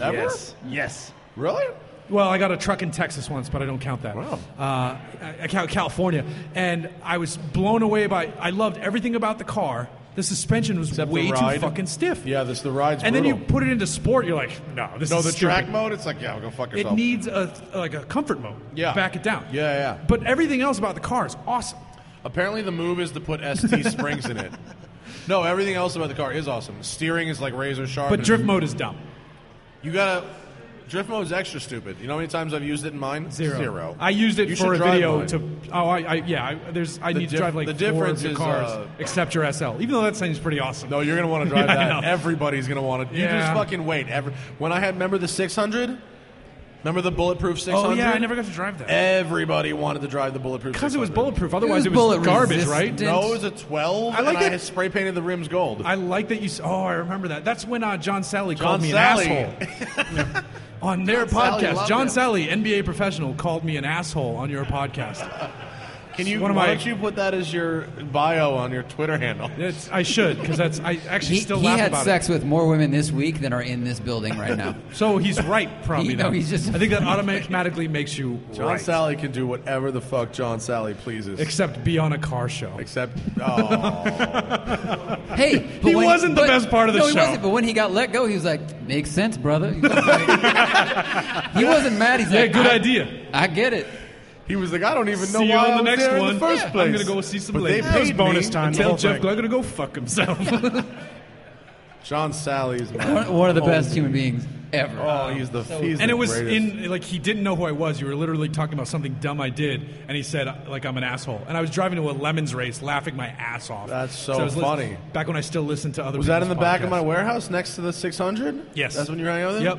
Speaker 5: Ever?
Speaker 1: yes, yes.
Speaker 5: Really?
Speaker 1: Well, I got a truck in Texas once, but I don't count that.
Speaker 5: Wow.
Speaker 1: Uh, I, I count California, and I was blown away by. I loved everything about the car. The suspension was
Speaker 5: Except the
Speaker 1: way too
Speaker 5: ride.
Speaker 1: fucking stiff.
Speaker 5: Yeah, this the ride's
Speaker 1: And
Speaker 5: brutal.
Speaker 1: then you put it into sport, you're like, no, this
Speaker 5: No,
Speaker 1: is
Speaker 5: the
Speaker 1: stupid.
Speaker 5: track mode, it's like, yeah, go fuck
Speaker 1: It
Speaker 5: yourself.
Speaker 1: needs a like a comfort mode.
Speaker 5: Yeah.
Speaker 1: back it down.
Speaker 5: Yeah, yeah.
Speaker 1: But everything else about the car is awesome.
Speaker 5: Apparently, the move is to put ST springs in it. No, everything else about the car is awesome. The steering is like razor sharp.
Speaker 1: But
Speaker 5: and
Speaker 1: drift mode is dumb.
Speaker 5: You gotta. Drift mode is extra stupid. You know how many times I've used it in mine? Zero.
Speaker 1: I used it
Speaker 5: You
Speaker 1: for
Speaker 5: should
Speaker 1: a
Speaker 5: drive
Speaker 1: video
Speaker 5: mine.
Speaker 1: to. Oh, I, I yeah. I, there's. I
Speaker 5: The
Speaker 1: need to
Speaker 5: diff-
Speaker 1: drive like
Speaker 5: the
Speaker 1: four
Speaker 5: difference
Speaker 1: of your
Speaker 5: is,
Speaker 1: cars
Speaker 5: uh,
Speaker 1: except your SL. Even though that thing's pretty awesome.
Speaker 5: No, you're gonna want to drive
Speaker 1: Yeah, I
Speaker 5: that.
Speaker 1: know.
Speaker 5: Everybody's gonna want to. You
Speaker 1: Yeah.
Speaker 5: just fucking wait. Every, when I had remember the 600, Remember the bulletproof 600?
Speaker 1: Oh, yeah, I never got to drive that.
Speaker 5: Eh, Everybody wanted to drive the bulletproof
Speaker 1: Because it was
Speaker 5: 600.
Speaker 1: bulletproof. Otherwise,
Speaker 3: It
Speaker 1: it
Speaker 3: was
Speaker 1: was,
Speaker 3: bullet
Speaker 1: garbage,
Speaker 3: resistant.
Speaker 1: right?
Speaker 5: No, it was a 12.
Speaker 1: I like
Speaker 5: and I
Speaker 1: that-
Speaker 5: spray painted the rims gold.
Speaker 1: I like that you. s- Oh, I remember that. That's when uh, John Sally
Speaker 5: John
Speaker 1: called me
Speaker 5: Sally.
Speaker 1: an asshole on their
Speaker 5: Sally,
Speaker 1: podcast.
Speaker 5: love
Speaker 1: John
Speaker 5: him.
Speaker 1: Sally, NBA professional, called me an asshole on your podcast.
Speaker 5: Can you?
Speaker 1: One of
Speaker 5: why
Speaker 1: my-
Speaker 5: don't you put that as your bio on your Twitter handle?
Speaker 1: It's, I should because that's. I actually
Speaker 3: He,
Speaker 1: still
Speaker 3: he
Speaker 1: laugh
Speaker 3: had
Speaker 1: about
Speaker 3: sex with more women this week than are in this building right now.
Speaker 1: it. So he's right, probably.
Speaker 3: He- no,
Speaker 1: then.
Speaker 3: he's just-
Speaker 1: I think that automatically makes you
Speaker 5: John
Speaker 1: right,
Speaker 5: Sally can do whatever the fuck John Sally pleases.
Speaker 1: except be on a car show.
Speaker 5: Except, oh,
Speaker 3: Hey, but
Speaker 1: He wasn't the best part of the
Speaker 3: no, he
Speaker 1: show.
Speaker 3: wasn't. But when he got let go, he was like, "Makes sense, brother." He, was like- he wasn't mad. He's
Speaker 1: yeah,
Speaker 3: like,
Speaker 1: good
Speaker 3: I,
Speaker 1: idea.
Speaker 3: I get it.
Speaker 5: he was like, I don't even know
Speaker 1: See you on
Speaker 5: why I
Speaker 1: the
Speaker 5: was
Speaker 1: next
Speaker 5: there in
Speaker 1: one.
Speaker 5: the first
Speaker 1: Yeah, I'm
Speaker 5: place.
Speaker 1: gonna go see some
Speaker 5: but they
Speaker 1: ladies.
Speaker 4: That was
Speaker 5: paid
Speaker 4: bonus
Speaker 5: me.
Speaker 4: time. the
Speaker 1: Tell
Speaker 4: whole
Speaker 1: Jeff
Speaker 4: thing.
Speaker 1: Glenn to go fuck himself.
Speaker 5: John Sally is my
Speaker 3: One, one of the
Speaker 5: only-
Speaker 3: best human beings ever.
Speaker 5: Oh, he's the he's
Speaker 1: and
Speaker 5: the
Speaker 1: it was
Speaker 5: greatest.
Speaker 1: in like he didn't know who I was. You were literally talking about something dumb I did, and he said like I'm an asshole. And I was driving to a lemons race, laughing my ass off.
Speaker 5: That's so
Speaker 1: I was lis-
Speaker 5: funny.
Speaker 1: back when I still listened to other.
Speaker 5: Was that in
Speaker 1: people's
Speaker 5: the back of
Speaker 1: podcasts.
Speaker 5: my warehouse next to the 600?
Speaker 1: Yes.
Speaker 5: That's when you were hanging out with
Speaker 1: Yep.
Speaker 5: him?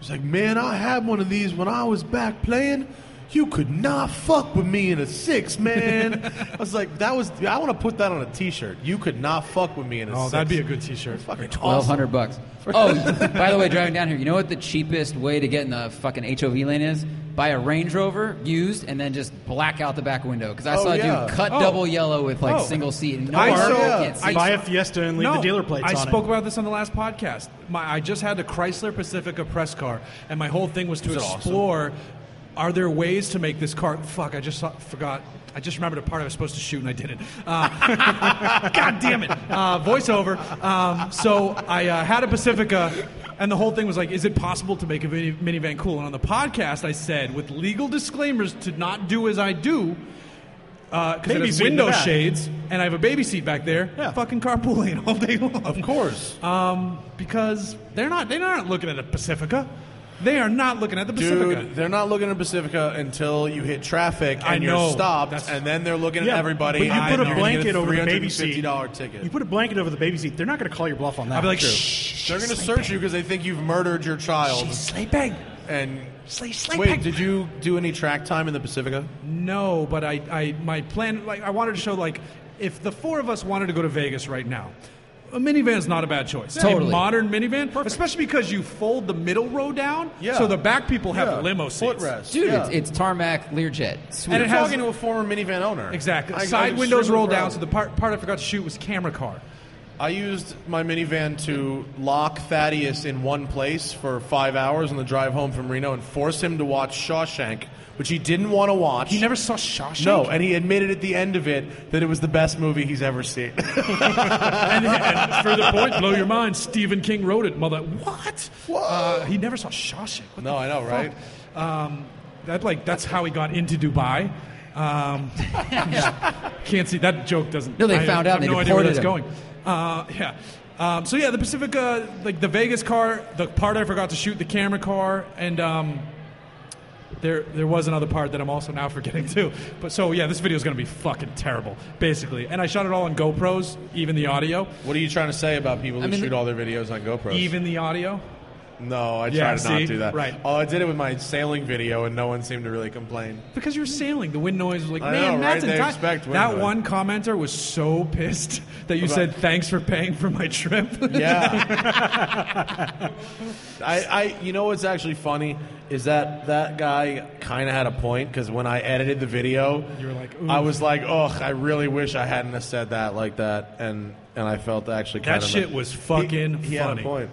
Speaker 5: He's like, man, I had one of these when I was back playing. You could not fuck with me in a six, man. I was like, that was. I want to put that on a T-shirt. You could not fuck with me in a
Speaker 1: Oh,
Speaker 5: six.
Speaker 1: that'd be a good T-shirt.
Speaker 5: fucking
Speaker 3: Twelve
Speaker 5: awesome.
Speaker 3: hundred bucks. Oh, by the way, driving down here, you know what the cheapest way to get in the fucking HOV lane is? Buy a Range Rover used, and then just black out the back window. Because I
Speaker 5: Oh,
Speaker 3: saw a
Speaker 5: yeah.
Speaker 3: dude cut
Speaker 1: Oh.
Speaker 3: double yellow with like
Speaker 1: Oh.
Speaker 3: single seat. And no
Speaker 5: I
Speaker 3: car,
Speaker 5: saw-
Speaker 3: you can't see.
Speaker 6: Buy a Fiesta and leave the dealer plates
Speaker 1: I
Speaker 6: on
Speaker 1: spoke
Speaker 6: it.
Speaker 1: about this on the last podcast. My, I just had a Chrysler Pacifica press car, and my whole thing was to
Speaker 5: Is it awesome?
Speaker 1: explore: are there ways to make this car? Fuck, I just saw, forgot. I just remembered a part I was supposed to shoot and I didn't. Uh, God damn it! Uh, voiceover. Um, so I uh, had a Pacifica, and the whole thing was like, is it possible to make a mini- minivan cool? And on the podcast, I said with legal disclaimers to not do as I do. Because it
Speaker 6: Baby
Speaker 1: has
Speaker 6: seat in the
Speaker 1: window
Speaker 6: back.
Speaker 1: shades, and I have a baby seat back there.
Speaker 6: Yeah.
Speaker 1: Fucking carpooling all day long. Um,
Speaker 5: Of course,
Speaker 1: because they're not they aren't looking at a Pacifica. They are not looking at the Pacifica.
Speaker 5: dude. They're not looking at Pacifica until you hit traffic and
Speaker 1: I
Speaker 5: you're
Speaker 1: know.
Speaker 5: stopped,
Speaker 1: That's-
Speaker 5: and then they're looking
Speaker 6: Yeah,
Speaker 5: at everybody.
Speaker 6: But you
Speaker 5: and
Speaker 1: I
Speaker 6: put
Speaker 1: know.
Speaker 6: a
Speaker 5: you're gonna get
Speaker 6: blanket over the baby
Speaker 5: $350
Speaker 6: seat.
Speaker 5: ticket.
Speaker 6: You put a blanket over the baby seat. They're not going to call your bluff on that.
Speaker 1: I'd be like,
Speaker 6: True.
Speaker 1: shh,
Speaker 5: they're going to
Speaker 1: sleep
Speaker 5: search you because they think you've murdered your child.
Speaker 1: She's sleeping.
Speaker 5: And
Speaker 1: Sleep, sleep,
Speaker 5: wait,
Speaker 1: pig.
Speaker 5: did you do any track time in the Pacifica?
Speaker 1: No, but I, I my plan like I wanted to show like if the four of us wanted to go to Vegas right now. A minivan's not a bad choice.
Speaker 3: Totally.
Speaker 1: A modern minivan, especially because you fold the middle row down,
Speaker 5: Yeah.
Speaker 1: so the back people have limo seats.
Speaker 5: Footrest,
Speaker 3: dude,
Speaker 5: yeah.
Speaker 3: it's, it's tarmac Learjet. Sweet.
Speaker 1: And it
Speaker 5: You're
Speaker 1: has-
Speaker 5: talking to a former minivan owner.
Speaker 1: Exactly.
Speaker 5: I- I
Speaker 1: Side
Speaker 5: just
Speaker 1: windows
Speaker 5: shouldn't
Speaker 1: roll
Speaker 5: have
Speaker 1: down,
Speaker 5: brought-
Speaker 1: so the part, part I forgot to shoot was camera car.
Speaker 5: I used my minivan to lock Thaddeus in one place for five hours on the drive home from Reno and force him to watch Shawshank, which he didn't want to watch.
Speaker 1: He never saw Shawshank.
Speaker 5: No, and he admitted at the end of it that it was the best movie he's ever seen.
Speaker 1: and, and further point, blow your mind. Stephen King wrote it. Mother, what? Uh, he never saw Shawshank. What
Speaker 5: No,
Speaker 1: the
Speaker 5: I know, right?
Speaker 1: fuck? Um, that like that's how he got into Dubai. Um, can't see that joke doesn't.
Speaker 3: No, they
Speaker 1: I
Speaker 3: found out
Speaker 1: have
Speaker 3: and they
Speaker 1: no idea where
Speaker 3: deported
Speaker 1: that's
Speaker 3: him.
Speaker 1: going. Uh, yeah. Um, so yeah, the Pacifica, like the Vegas car, the part I forgot to shoot, the camera car, and um, there there was another part that I'm also now forgetting too. But so yeah, this video is going to be fucking terrible, basically. And I shot it all on GoPros, even the audio.
Speaker 5: what are you trying to say about people who
Speaker 3: I mean,
Speaker 5: shoot all their videos on GoPros?
Speaker 1: even the audio.
Speaker 5: no, I
Speaker 1: Yeah,
Speaker 5: try to
Speaker 1: see?
Speaker 5: not do that.
Speaker 1: Right.
Speaker 5: Oh, I did it with my sailing video, and no one seemed to really complain.
Speaker 1: Because you were sailing, the wind noise was like,
Speaker 5: I
Speaker 1: man,
Speaker 5: know,
Speaker 1: Matt's
Speaker 5: right? They
Speaker 1: in time."
Speaker 5: expect wind
Speaker 1: That
Speaker 5: noise.
Speaker 1: one commenter was so pissed that you
Speaker 5: About-
Speaker 1: said, thanks for paying for my trip.
Speaker 5: Yeah. I, I, you know what's actually funny is that that guy kind of had a point because when I edited the video,
Speaker 1: You were like,
Speaker 5: I
Speaker 1: "Ooh."
Speaker 5: was like, ugh, I really wish I hadn't have said that like that, and and I felt actually
Speaker 1: That
Speaker 5: kind of
Speaker 1: shit was fucking
Speaker 5: he, he Had
Speaker 1: funny.
Speaker 5: a point.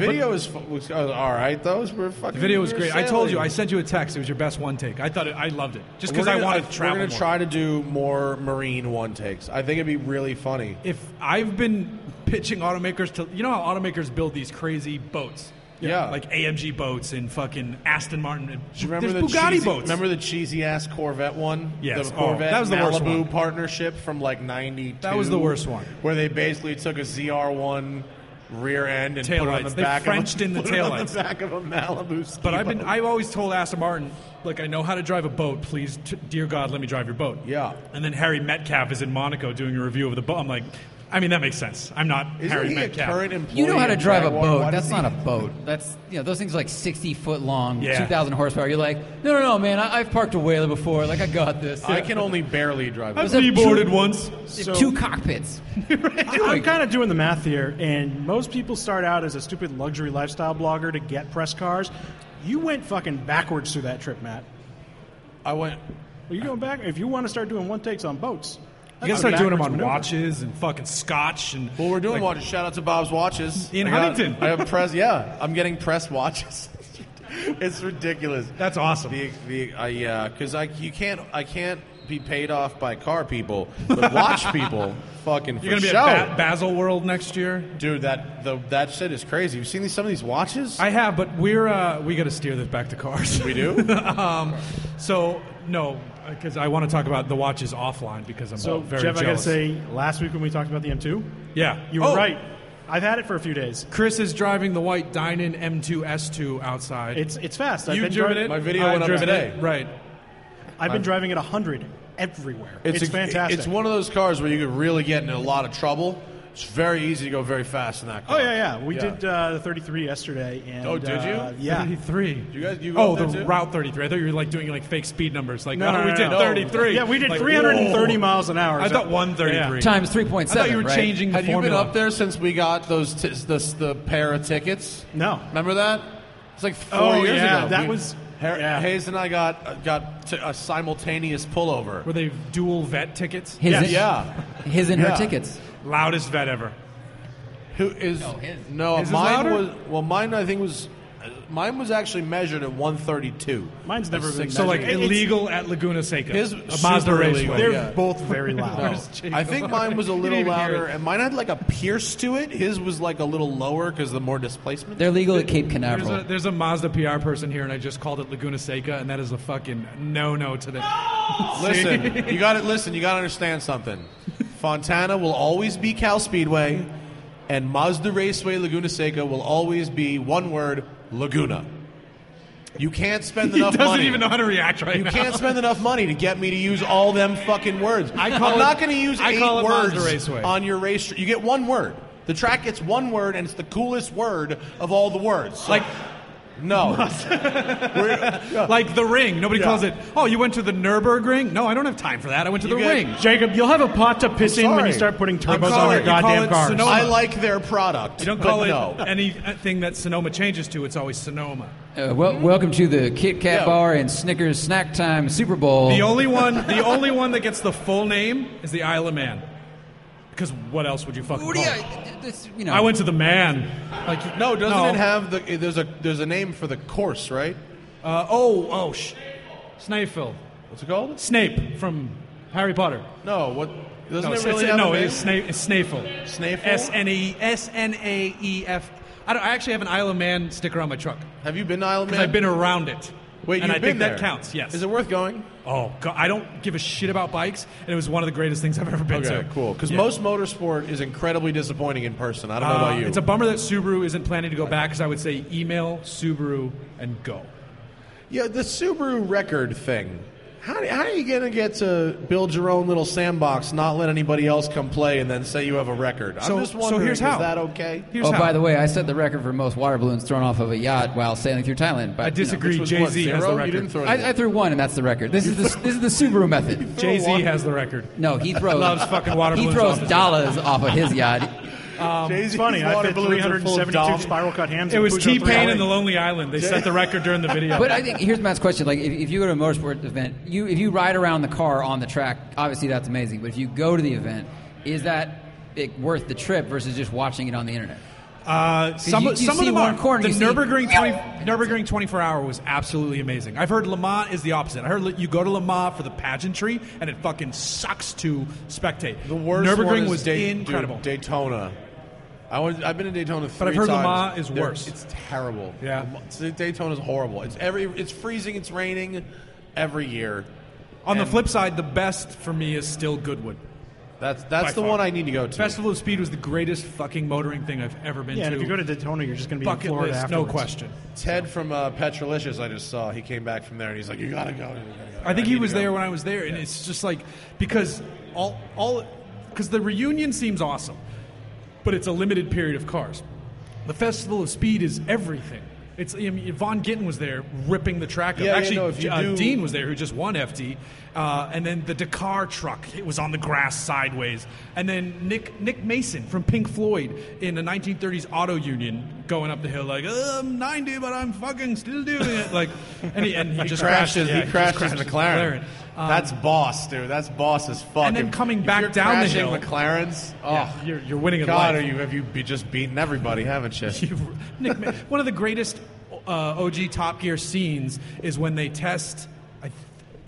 Speaker 5: video is fu- was, uh, all right. Those were fucking.
Speaker 1: the video was
Speaker 5: we were
Speaker 1: great. I told you, I
Speaker 5: sailing.
Speaker 1: sent you a text. It was your best one take. I thought it, I loved it. Just because
Speaker 5: We're
Speaker 1: I
Speaker 5: gonna-
Speaker 1: wanted to travel.
Speaker 5: We're gonna
Speaker 1: more.
Speaker 5: try to do more marine one takes. I think it'd be really funny.
Speaker 1: If I've been pitching automakers to, you know how automakers build these crazy boats?
Speaker 5: Yeah.
Speaker 1: Like AMG boats and fucking Aston Martin. And,
Speaker 5: Do you remember
Speaker 1: there's
Speaker 5: the
Speaker 1: Bugatti
Speaker 5: cheesy,
Speaker 1: boats.
Speaker 5: Remember the cheesy ass Corvette one?
Speaker 1: Yes.
Speaker 5: the
Speaker 1: Oh,
Speaker 5: Corvette
Speaker 1: that was the
Speaker 5: Malibu
Speaker 1: worst one.
Speaker 5: partnership from like '92.
Speaker 1: That was the worst one.
Speaker 5: Where they basically took a ZR1 rear end and put it on the
Speaker 1: Taillights. They
Speaker 5: back.
Speaker 1: Frenched
Speaker 5: of a,
Speaker 1: in the
Speaker 5: put it on
Speaker 1: taillights.
Speaker 5: the back of a Malibu. Ski
Speaker 1: But I've been
Speaker 5: boat.
Speaker 1: I've always told Aston Martin, look, I know how to drive a boat. Please, t- dear God, let me drive your boat.
Speaker 5: Yeah.
Speaker 1: And then Harry Metcalf is in Monaco doing a review of the boat. I'm like, I mean, that makes sense. I'm not
Speaker 5: Isn't
Speaker 1: Harry
Speaker 5: he a
Speaker 1: Metcalf.
Speaker 5: current employee?
Speaker 3: You know how to
Speaker 5: of
Speaker 3: drive a
Speaker 5: Jaguar? Why
Speaker 3: boat.
Speaker 5: does
Speaker 3: That's
Speaker 5: he-
Speaker 3: not a boat. That's you know those things are like sixty foot long,
Speaker 1: Yeah.
Speaker 3: two thousand horsepower. You're like, no, no, no, man. I, I've parked a whaler before. Like I got this.
Speaker 5: I can only barely drive.
Speaker 3: was
Speaker 5: a
Speaker 3: a
Speaker 1: He boarded
Speaker 3: two-
Speaker 1: once.
Speaker 3: Two, two cockpits.
Speaker 6: I, am kind of doing the math here, and most people start out as a stupid luxury lifestyle blogger to get press cars. You went fucking backwards through that trip, Matt.
Speaker 5: boat. I went.
Speaker 6: Are you going back? If you want to start doing one takes on boats,
Speaker 1: You gotta start doing them on
Speaker 6: backwards maneuver.
Speaker 1: watches and fucking scotch and.
Speaker 5: Well, we're doing
Speaker 1: like,
Speaker 5: watches. Shout out to Bob's watches
Speaker 1: In
Speaker 5: I got-
Speaker 1: Huntington.
Speaker 5: I have press. Yeah, I'm getting press watches. it's ridiculous.
Speaker 1: That's awesome.
Speaker 5: The, the I yeah, because I you can't I can't be paid off by car people, but watch people fucking for
Speaker 1: You're gonna be
Speaker 5: show.
Speaker 1: at ba- Basel World next year.
Speaker 5: Dude, that the that shit is crazy. You've seen these some of these watches?
Speaker 1: I have, but we're uh, we got to steer this back to cars.
Speaker 5: we do.
Speaker 1: um, so no, because I want to talk about the watches offline because I'm
Speaker 6: So,
Speaker 1: very
Speaker 6: Jeff, I got to
Speaker 1: jealous.
Speaker 6: say, last week when we talked about the M2,
Speaker 1: yeah,
Speaker 6: you were
Speaker 1: Oh,
Speaker 6: right. I've had it for a few days.
Speaker 1: Chris is driving the white Dynan M2S2 outside.
Speaker 6: It's it's fast. I've
Speaker 1: You've
Speaker 6: been
Speaker 1: driven
Speaker 6: dri-
Speaker 1: it.
Speaker 5: My video
Speaker 1: I've
Speaker 5: went up
Speaker 1: driven
Speaker 5: today.
Speaker 1: It. Right.
Speaker 6: I've been driving it 100 everywhere. It's,
Speaker 5: a-
Speaker 6: fantastic.
Speaker 5: It's one of those cars where you could really get in a lot of trouble. It's very easy to go very fast in that
Speaker 6: Oh
Speaker 5: car.
Speaker 6: yeah, yeah. We did uh, the 33 yesterday, and
Speaker 5: Oh, did you?
Speaker 6: uh, yeah.
Speaker 1: 33.
Speaker 5: You guys- you
Speaker 1: oh,
Speaker 5: go
Speaker 1: the
Speaker 5: up there too?
Speaker 1: Route 33. I thought you were like doing like fake speed numbers. Like,
Speaker 6: No,
Speaker 1: oh,
Speaker 6: no,
Speaker 1: we
Speaker 6: no,
Speaker 1: did
Speaker 6: no.
Speaker 1: 33.
Speaker 6: Yeah, we did
Speaker 1: Like,
Speaker 6: 330
Speaker 1: whoa.
Speaker 6: miles an hour.
Speaker 1: I
Speaker 6: So-
Speaker 1: thought 133
Speaker 3: Times three point
Speaker 1: I thought
Speaker 3: seven.
Speaker 1: you were
Speaker 3: right?
Speaker 1: changing the
Speaker 5: Have you been
Speaker 1: formula.
Speaker 5: up there since we got those t- the, the pair of tickets?
Speaker 6: No.
Speaker 5: Remember that? It's like four
Speaker 6: Oh,
Speaker 5: years
Speaker 6: yeah,
Speaker 5: ago.
Speaker 6: that was-
Speaker 5: Har-
Speaker 6: yeah.
Speaker 5: Hayes and I got uh, got t- a simultaneous pullover.
Speaker 1: Were they dual vet tickets?
Speaker 3: His,
Speaker 6: Yes.
Speaker 3: and-
Speaker 5: Yeah.
Speaker 3: his and her
Speaker 5: Yeah.
Speaker 3: tickets.
Speaker 1: Loudest vet ever.
Speaker 5: Who is no?
Speaker 3: his.
Speaker 1: His is
Speaker 5: mine
Speaker 1: louder?
Speaker 5: was well. Mine I think was uh, mine was actually measured at 132.
Speaker 6: Mine's never been
Speaker 1: So like
Speaker 6: measured. It's-
Speaker 1: illegal at Laguna Seca.
Speaker 5: His
Speaker 1: a Mazda
Speaker 5: super
Speaker 1: raceway.
Speaker 5: illegal.
Speaker 6: They're
Speaker 5: Yeah.
Speaker 6: both very loud.
Speaker 5: I think mine was a
Speaker 1: You didn't
Speaker 5: little
Speaker 1: even hear
Speaker 5: louder,
Speaker 1: it.
Speaker 5: and mine had like a pierce to it. His was like a little lower because the more displacement.
Speaker 3: They're legal at Cape
Speaker 1: There's a,
Speaker 3: Canaveral.
Speaker 1: there's a Mazda PR person here, and I just called it Laguna Seca, and that is a fucking no no to them.
Speaker 5: Listen, you got to listen. You got to understand something. Fontana will always be Cal Speedway, and Mazda Raceway Laguna Seca will always be one word: Laguna. You can't spend
Speaker 1: He
Speaker 5: enough
Speaker 1: doesn't
Speaker 5: money.
Speaker 1: even know how to react right
Speaker 5: you
Speaker 1: now.
Speaker 5: can't spend enough money to get me to use all them fucking words.
Speaker 1: I call
Speaker 5: am
Speaker 1: it-
Speaker 5: not going to use
Speaker 1: I
Speaker 5: eight
Speaker 1: call it
Speaker 5: words
Speaker 1: Mazda Raceway.
Speaker 5: on your race. You get one word. The track gets one word, and it's the coolest word of all the words. So-
Speaker 1: Like-
Speaker 5: no, We're-
Speaker 1: Like the ring. Nobody calls it. Oh, you went to the Nürburgring? No, I don't have time for that. I went to
Speaker 5: You
Speaker 1: the
Speaker 5: get-
Speaker 1: ring.
Speaker 6: Jacob, you'll have a pot to piss in when
Speaker 5: sorry.
Speaker 6: you start putting
Speaker 1: I'm
Speaker 6: turbos
Speaker 1: sorry,
Speaker 6: on your
Speaker 1: you call
Speaker 6: goddamn
Speaker 1: it
Speaker 6: cars.
Speaker 1: Sonoma.
Speaker 5: I like their product.
Speaker 1: You don't call
Speaker 5: but
Speaker 1: it
Speaker 5: no.
Speaker 1: anything that Sonoma changes to. It's always Sonoma.
Speaker 3: Uh, wel- welcome to the Kit Kat
Speaker 5: Yeah.
Speaker 3: Bar and Snickers Snack Time Super Bowl.
Speaker 1: The only one, the only one that gets the full name is the Isle of Man. Because what else would you fucking
Speaker 3: What
Speaker 1: call
Speaker 3: do you-
Speaker 1: it?
Speaker 3: Oh, this- you know,
Speaker 1: I went to the man. Like
Speaker 5: No, doesn't
Speaker 1: No.
Speaker 5: it have the? There's a there's a name for the course, right?
Speaker 1: uh, oh oh sh, Snipeville.
Speaker 5: What's it called?
Speaker 1: Snape from Harry Potter.
Speaker 5: No, what doesn't
Speaker 1: No,
Speaker 5: it
Speaker 1: it's,
Speaker 5: really
Speaker 1: it's-
Speaker 5: have
Speaker 1: no,
Speaker 5: a name?
Speaker 1: it's Snape. It's Snapeful.
Speaker 5: Snapeful?
Speaker 1: S N E S N A E F. I don't. I actually have an Isle of Man sticker on my truck
Speaker 5: Have you been to Isle of Man?
Speaker 1: because I've been around it.
Speaker 5: Wait,
Speaker 1: and
Speaker 5: you've
Speaker 1: I
Speaker 5: been
Speaker 1: think
Speaker 5: there.
Speaker 1: that counts. Yes.
Speaker 5: Is it worth going?
Speaker 1: oh, God, I don't give a shit about bikes, and it was one of the greatest things I've ever been to.
Speaker 5: Okay, cool. Because
Speaker 1: Yeah.
Speaker 5: most motorsport is incredibly disappointing in person. I don't know
Speaker 1: Uh,
Speaker 5: about you.
Speaker 1: It's a bummer that Subaru isn't planning to go back because I would say email Subaru and go.
Speaker 5: yeah, the Subaru record thing. How, do- how are you gonna get to build your own little sandbox, not let anybody else come play, and then say you have a record?
Speaker 1: So-
Speaker 5: I'm just
Speaker 1: so
Speaker 5: wondering,
Speaker 1: here's how.
Speaker 5: is that okay?
Speaker 1: Here's
Speaker 3: Oh,
Speaker 1: how.
Speaker 3: by the way, I set the record for most water balloons thrown off of a yacht while sailing through Thailand. But
Speaker 1: I
Speaker 3: you know,
Speaker 1: disagree.
Speaker 5: Which was
Speaker 1: Jay
Speaker 5: what,
Speaker 1: Z
Speaker 5: zero?
Speaker 1: has the
Speaker 5: You
Speaker 1: record.
Speaker 5: didn't throw anything.
Speaker 3: I, I threw one, and that's the record. This is the this is the Subaru method.
Speaker 1: Jay Z has the record.
Speaker 3: No, he throws
Speaker 1: Loves fucking water
Speaker 3: He
Speaker 1: balloons
Speaker 3: throws
Speaker 1: off his-
Speaker 3: dollars off of his yacht.
Speaker 1: Um,
Speaker 6: It's funny. I fit 372
Speaker 5: spirals.
Speaker 6: spiral cut hams.
Speaker 1: It
Speaker 6: and
Speaker 1: was
Speaker 6: Peugeot
Speaker 1: T Pain and the
Speaker 6: 308.
Speaker 1: Lonely Island. They set the record during the video.
Speaker 3: But I think here's Matt's question: like, if, if you go to a motorsport event, you if you ride around the car on the track, obviously that's amazing. But if you go to the event, is that it worth the trip versus just watching it on the internet?
Speaker 1: Uh, some
Speaker 3: you-
Speaker 1: of-
Speaker 3: you
Speaker 1: some of
Speaker 3: see
Speaker 1: them
Speaker 3: one
Speaker 1: are.
Speaker 3: corner,
Speaker 1: the
Speaker 3: you see-
Speaker 1: Nurburgring 20, Nurburgring 24 hour was absolutely amazing. I've heard Le Mans is the opposite. I heard li- you go to Le Mans for the pageantry, and it fucking sucks to spectate.
Speaker 5: The worst
Speaker 1: Nurburgring
Speaker 5: one is
Speaker 1: was
Speaker 5: Day- dude,
Speaker 1: incredible.
Speaker 5: Daytona. I went, I've been to Daytona three
Speaker 1: But I've heard Le
Speaker 5: times.
Speaker 1: Mans is
Speaker 5: They're-
Speaker 1: worse.
Speaker 5: It's terrible.
Speaker 1: Yeah.
Speaker 5: Daytona is horrible. It's every. It's freezing. It's raining every year.
Speaker 1: On the flip side, the best for me is still Goodwood.
Speaker 5: That's
Speaker 1: By
Speaker 5: that's the
Speaker 1: far.
Speaker 5: one I need to go to.
Speaker 1: Festival of Speed was the greatest fucking motoring thing I've ever been
Speaker 6: Yeah,
Speaker 1: to.
Speaker 6: and if you go to Daytona, you're just going to be in
Speaker 1: bucket
Speaker 6: Florida
Speaker 1: list, no
Speaker 6: afterwards.
Speaker 1: question.
Speaker 5: Ted from uh, Petrolicious, I just saw. He came back from there and he's like, "You gotta go." You gotta go.
Speaker 1: I think he
Speaker 5: need to
Speaker 1: was
Speaker 5: go."
Speaker 1: there when I was there, and it's just like because all all because the reunion seems awesome, but it's a limited period of cars. The Festival of Speed is everything. It's I mean, Von Gittin was there ripping the track up.
Speaker 5: Yeah, yeah,
Speaker 1: Actually,
Speaker 5: no, if you
Speaker 1: uh,
Speaker 5: do-
Speaker 1: Dean was there who just won FD, uh, and then the Dakar truck it was on the grass sideways, and then Nick Nick Mason from Pink Floyd in the 1930s auto union going up the hill like "Uh, I'm 90 but I'm fucking still doing it like and he, and he, just crashed,
Speaker 5: crashes.
Speaker 1: yeah,
Speaker 5: he
Speaker 1: just
Speaker 5: crashes
Speaker 1: crashed
Speaker 5: McLaren.
Speaker 1: McLaren. Um,
Speaker 5: That's boss, dude. That's boss as fuck.
Speaker 1: And then
Speaker 5: If-
Speaker 1: coming
Speaker 5: if
Speaker 1: back
Speaker 5: you're
Speaker 1: down the
Speaker 5: crashing
Speaker 1: hill-
Speaker 5: McLarens. Oh,
Speaker 1: you're, you're winning a
Speaker 5: God,
Speaker 1: life.
Speaker 5: are you have you be just beaten everybody, haven't you?
Speaker 1: You- Nick, Ma- one of the greatest uh, OG Top Gear scenes is when they test. I, th-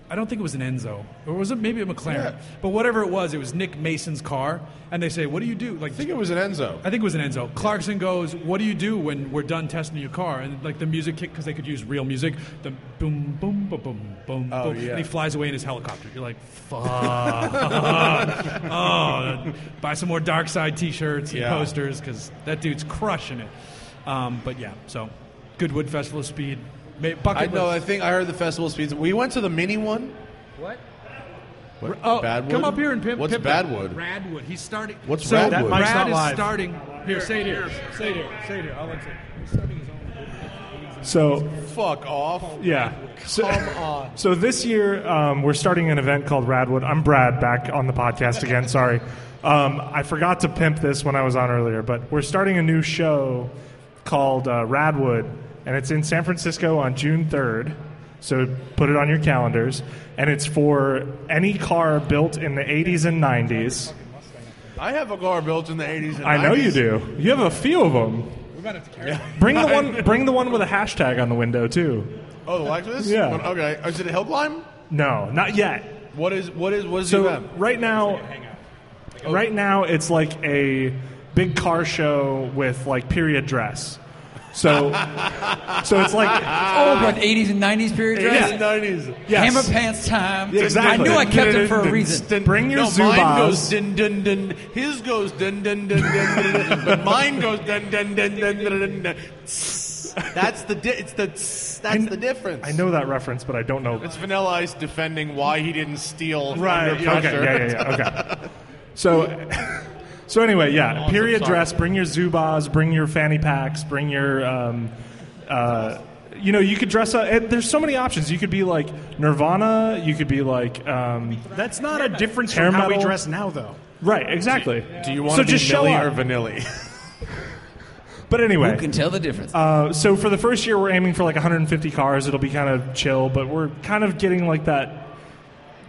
Speaker 1: I don't think it was an Enzo, or was it maybe a McLaren?
Speaker 5: Yeah.
Speaker 1: But whatever it was, it was Nick Mason's car, and they say, "What do you do?" Like,
Speaker 5: I think it was an Enzo.
Speaker 1: I think it was an Enzo. Clarkson goes, "What do you do when we're done testing your car?" And like the music kick because they could use real music. The boom, boom, boom, boom, boom,
Speaker 5: Oh,
Speaker 1: boom,
Speaker 5: yeah.
Speaker 1: and he flies away in his helicopter. You're like, "Fuck!" oh, buy some more Dark Side T-shirts and
Speaker 5: Yeah.
Speaker 1: posters because that dude's crushing it. Um, but yeah, so Goodwood Festival of Speed, May, bucket
Speaker 5: I know. I
Speaker 1: list.
Speaker 5: think I heard the festival speeds. We went to the mini one.
Speaker 3: What?
Speaker 5: What,
Speaker 1: Oh,
Speaker 5: Badwood?
Speaker 1: come up here and pimp.
Speaker 5: What's
Speaker 1: pimp that.
Speaker 5: Badwood?
Speaker 1: Radwood. He's starting.
Speaker 5: What's
Speaker 1: so
Speaker 5: Radwood?
Speaker 1: That
Speaker 5: That
Speaker 1: Rad
Speaker 5: mic's
Speaker 6: not
Speaker 1: is
Speaker 6: live.
Speaker 1: starting. Here, say it here. Say it here. Say it here. I'll let say it. He's starting his own.
Speaker 4: So
Speaker 5: Fuck off.
Speaker 4: yeah. So,
Speaker 5: Come on.
Speaker 4: so this year um, we're starting an event called Radwood. I'm Brad back on the podcast again. Sorry, um, I forgot to pimp this when I was on earlier, but we're starting a new show called uh, Radwood, and it's in San Francisco on June 3rd. So put it on your calendars, and it's for any car built in the 80s and 90s.
Speaker 5: I have a car built in the 80s. And
Speaker 4: I know
Speaker 5: 90s.
Speaker 4: you do. You have a few of them.
Speaker 1: We might have to carry. him.
Speaker 4: Bring the one. Bring the one with a hashtag on the window too.
Speaker 5: Oh, the Lexus.
Speaker 4: Yeah.
Speaker 5: Okay. Is it a helpline?
Speaker 4: No, not yet.
Speaker 5: What is what is what is the
Speaker 4: So
Speaker 5: event?
Speaker 4: right now, right now it's like a big car show with like period dress. So, so it's like
Speaker 3: Oh, but 80s and 90s period dress?
Speaker 5: 80s and 90s.
Speaker 4: yes.
Speaker 3: Hammer pants time.
Speaker 4: Yeah, exactly.
Speaker 3: I knew I kept it for a reason.
Speaker 4: Bring your
Speaker 5: no, mine
Speaker 4: Zubaz.
Speaker 5: goes dun dun dun. His goes dun dun dun dun dun. dun but mine goes dun dun dun dun dun dun. dun. Tss. That's the di- it's the tss. that's
Speaker 4: kn-
Speaker 5: the difference.
Speaker 4: I know that reference, but I don't know.
Speaker 5: It's Vanilla Ice defending why he didn't steal
Speaker 4: Right.
Speaker 5: under
Speaker 4: yeah,
Speaker 5: pressure.
Speaker 4: Okay. Yeah. Yeah. yeah. Okay. So, so anyway, yeah. period
Speaker 5: sorry.
Speaker 4: dress. Bring your Zubas. Bring your fanny packs. Bring your. Um, uh, you know, you could dress up. And there's so many options. You could be like Nirvana. You could be like. Um,
Speaker 6: That's not a difference
Speaker 4: Hair
Speaker 6: from how we
Speaker 4: metal.
Speaker 6: dress now, though.
Speaker 4: right. Exactly.
Speaker 5: Do you want
Speaker 4: so
Speaker 5: to be
Speaker 4: just show
Speaker 5: Millie or
Speaker 4: up?
Speaker 5: Vanilli?
Speaker 4: But anyway.
Speaker 3: Who can tell the difference?
Speaker 4: Uh, so for the first year, we're aiming for like 150 cars. It'll be kind of chill, but we're kind of getting like that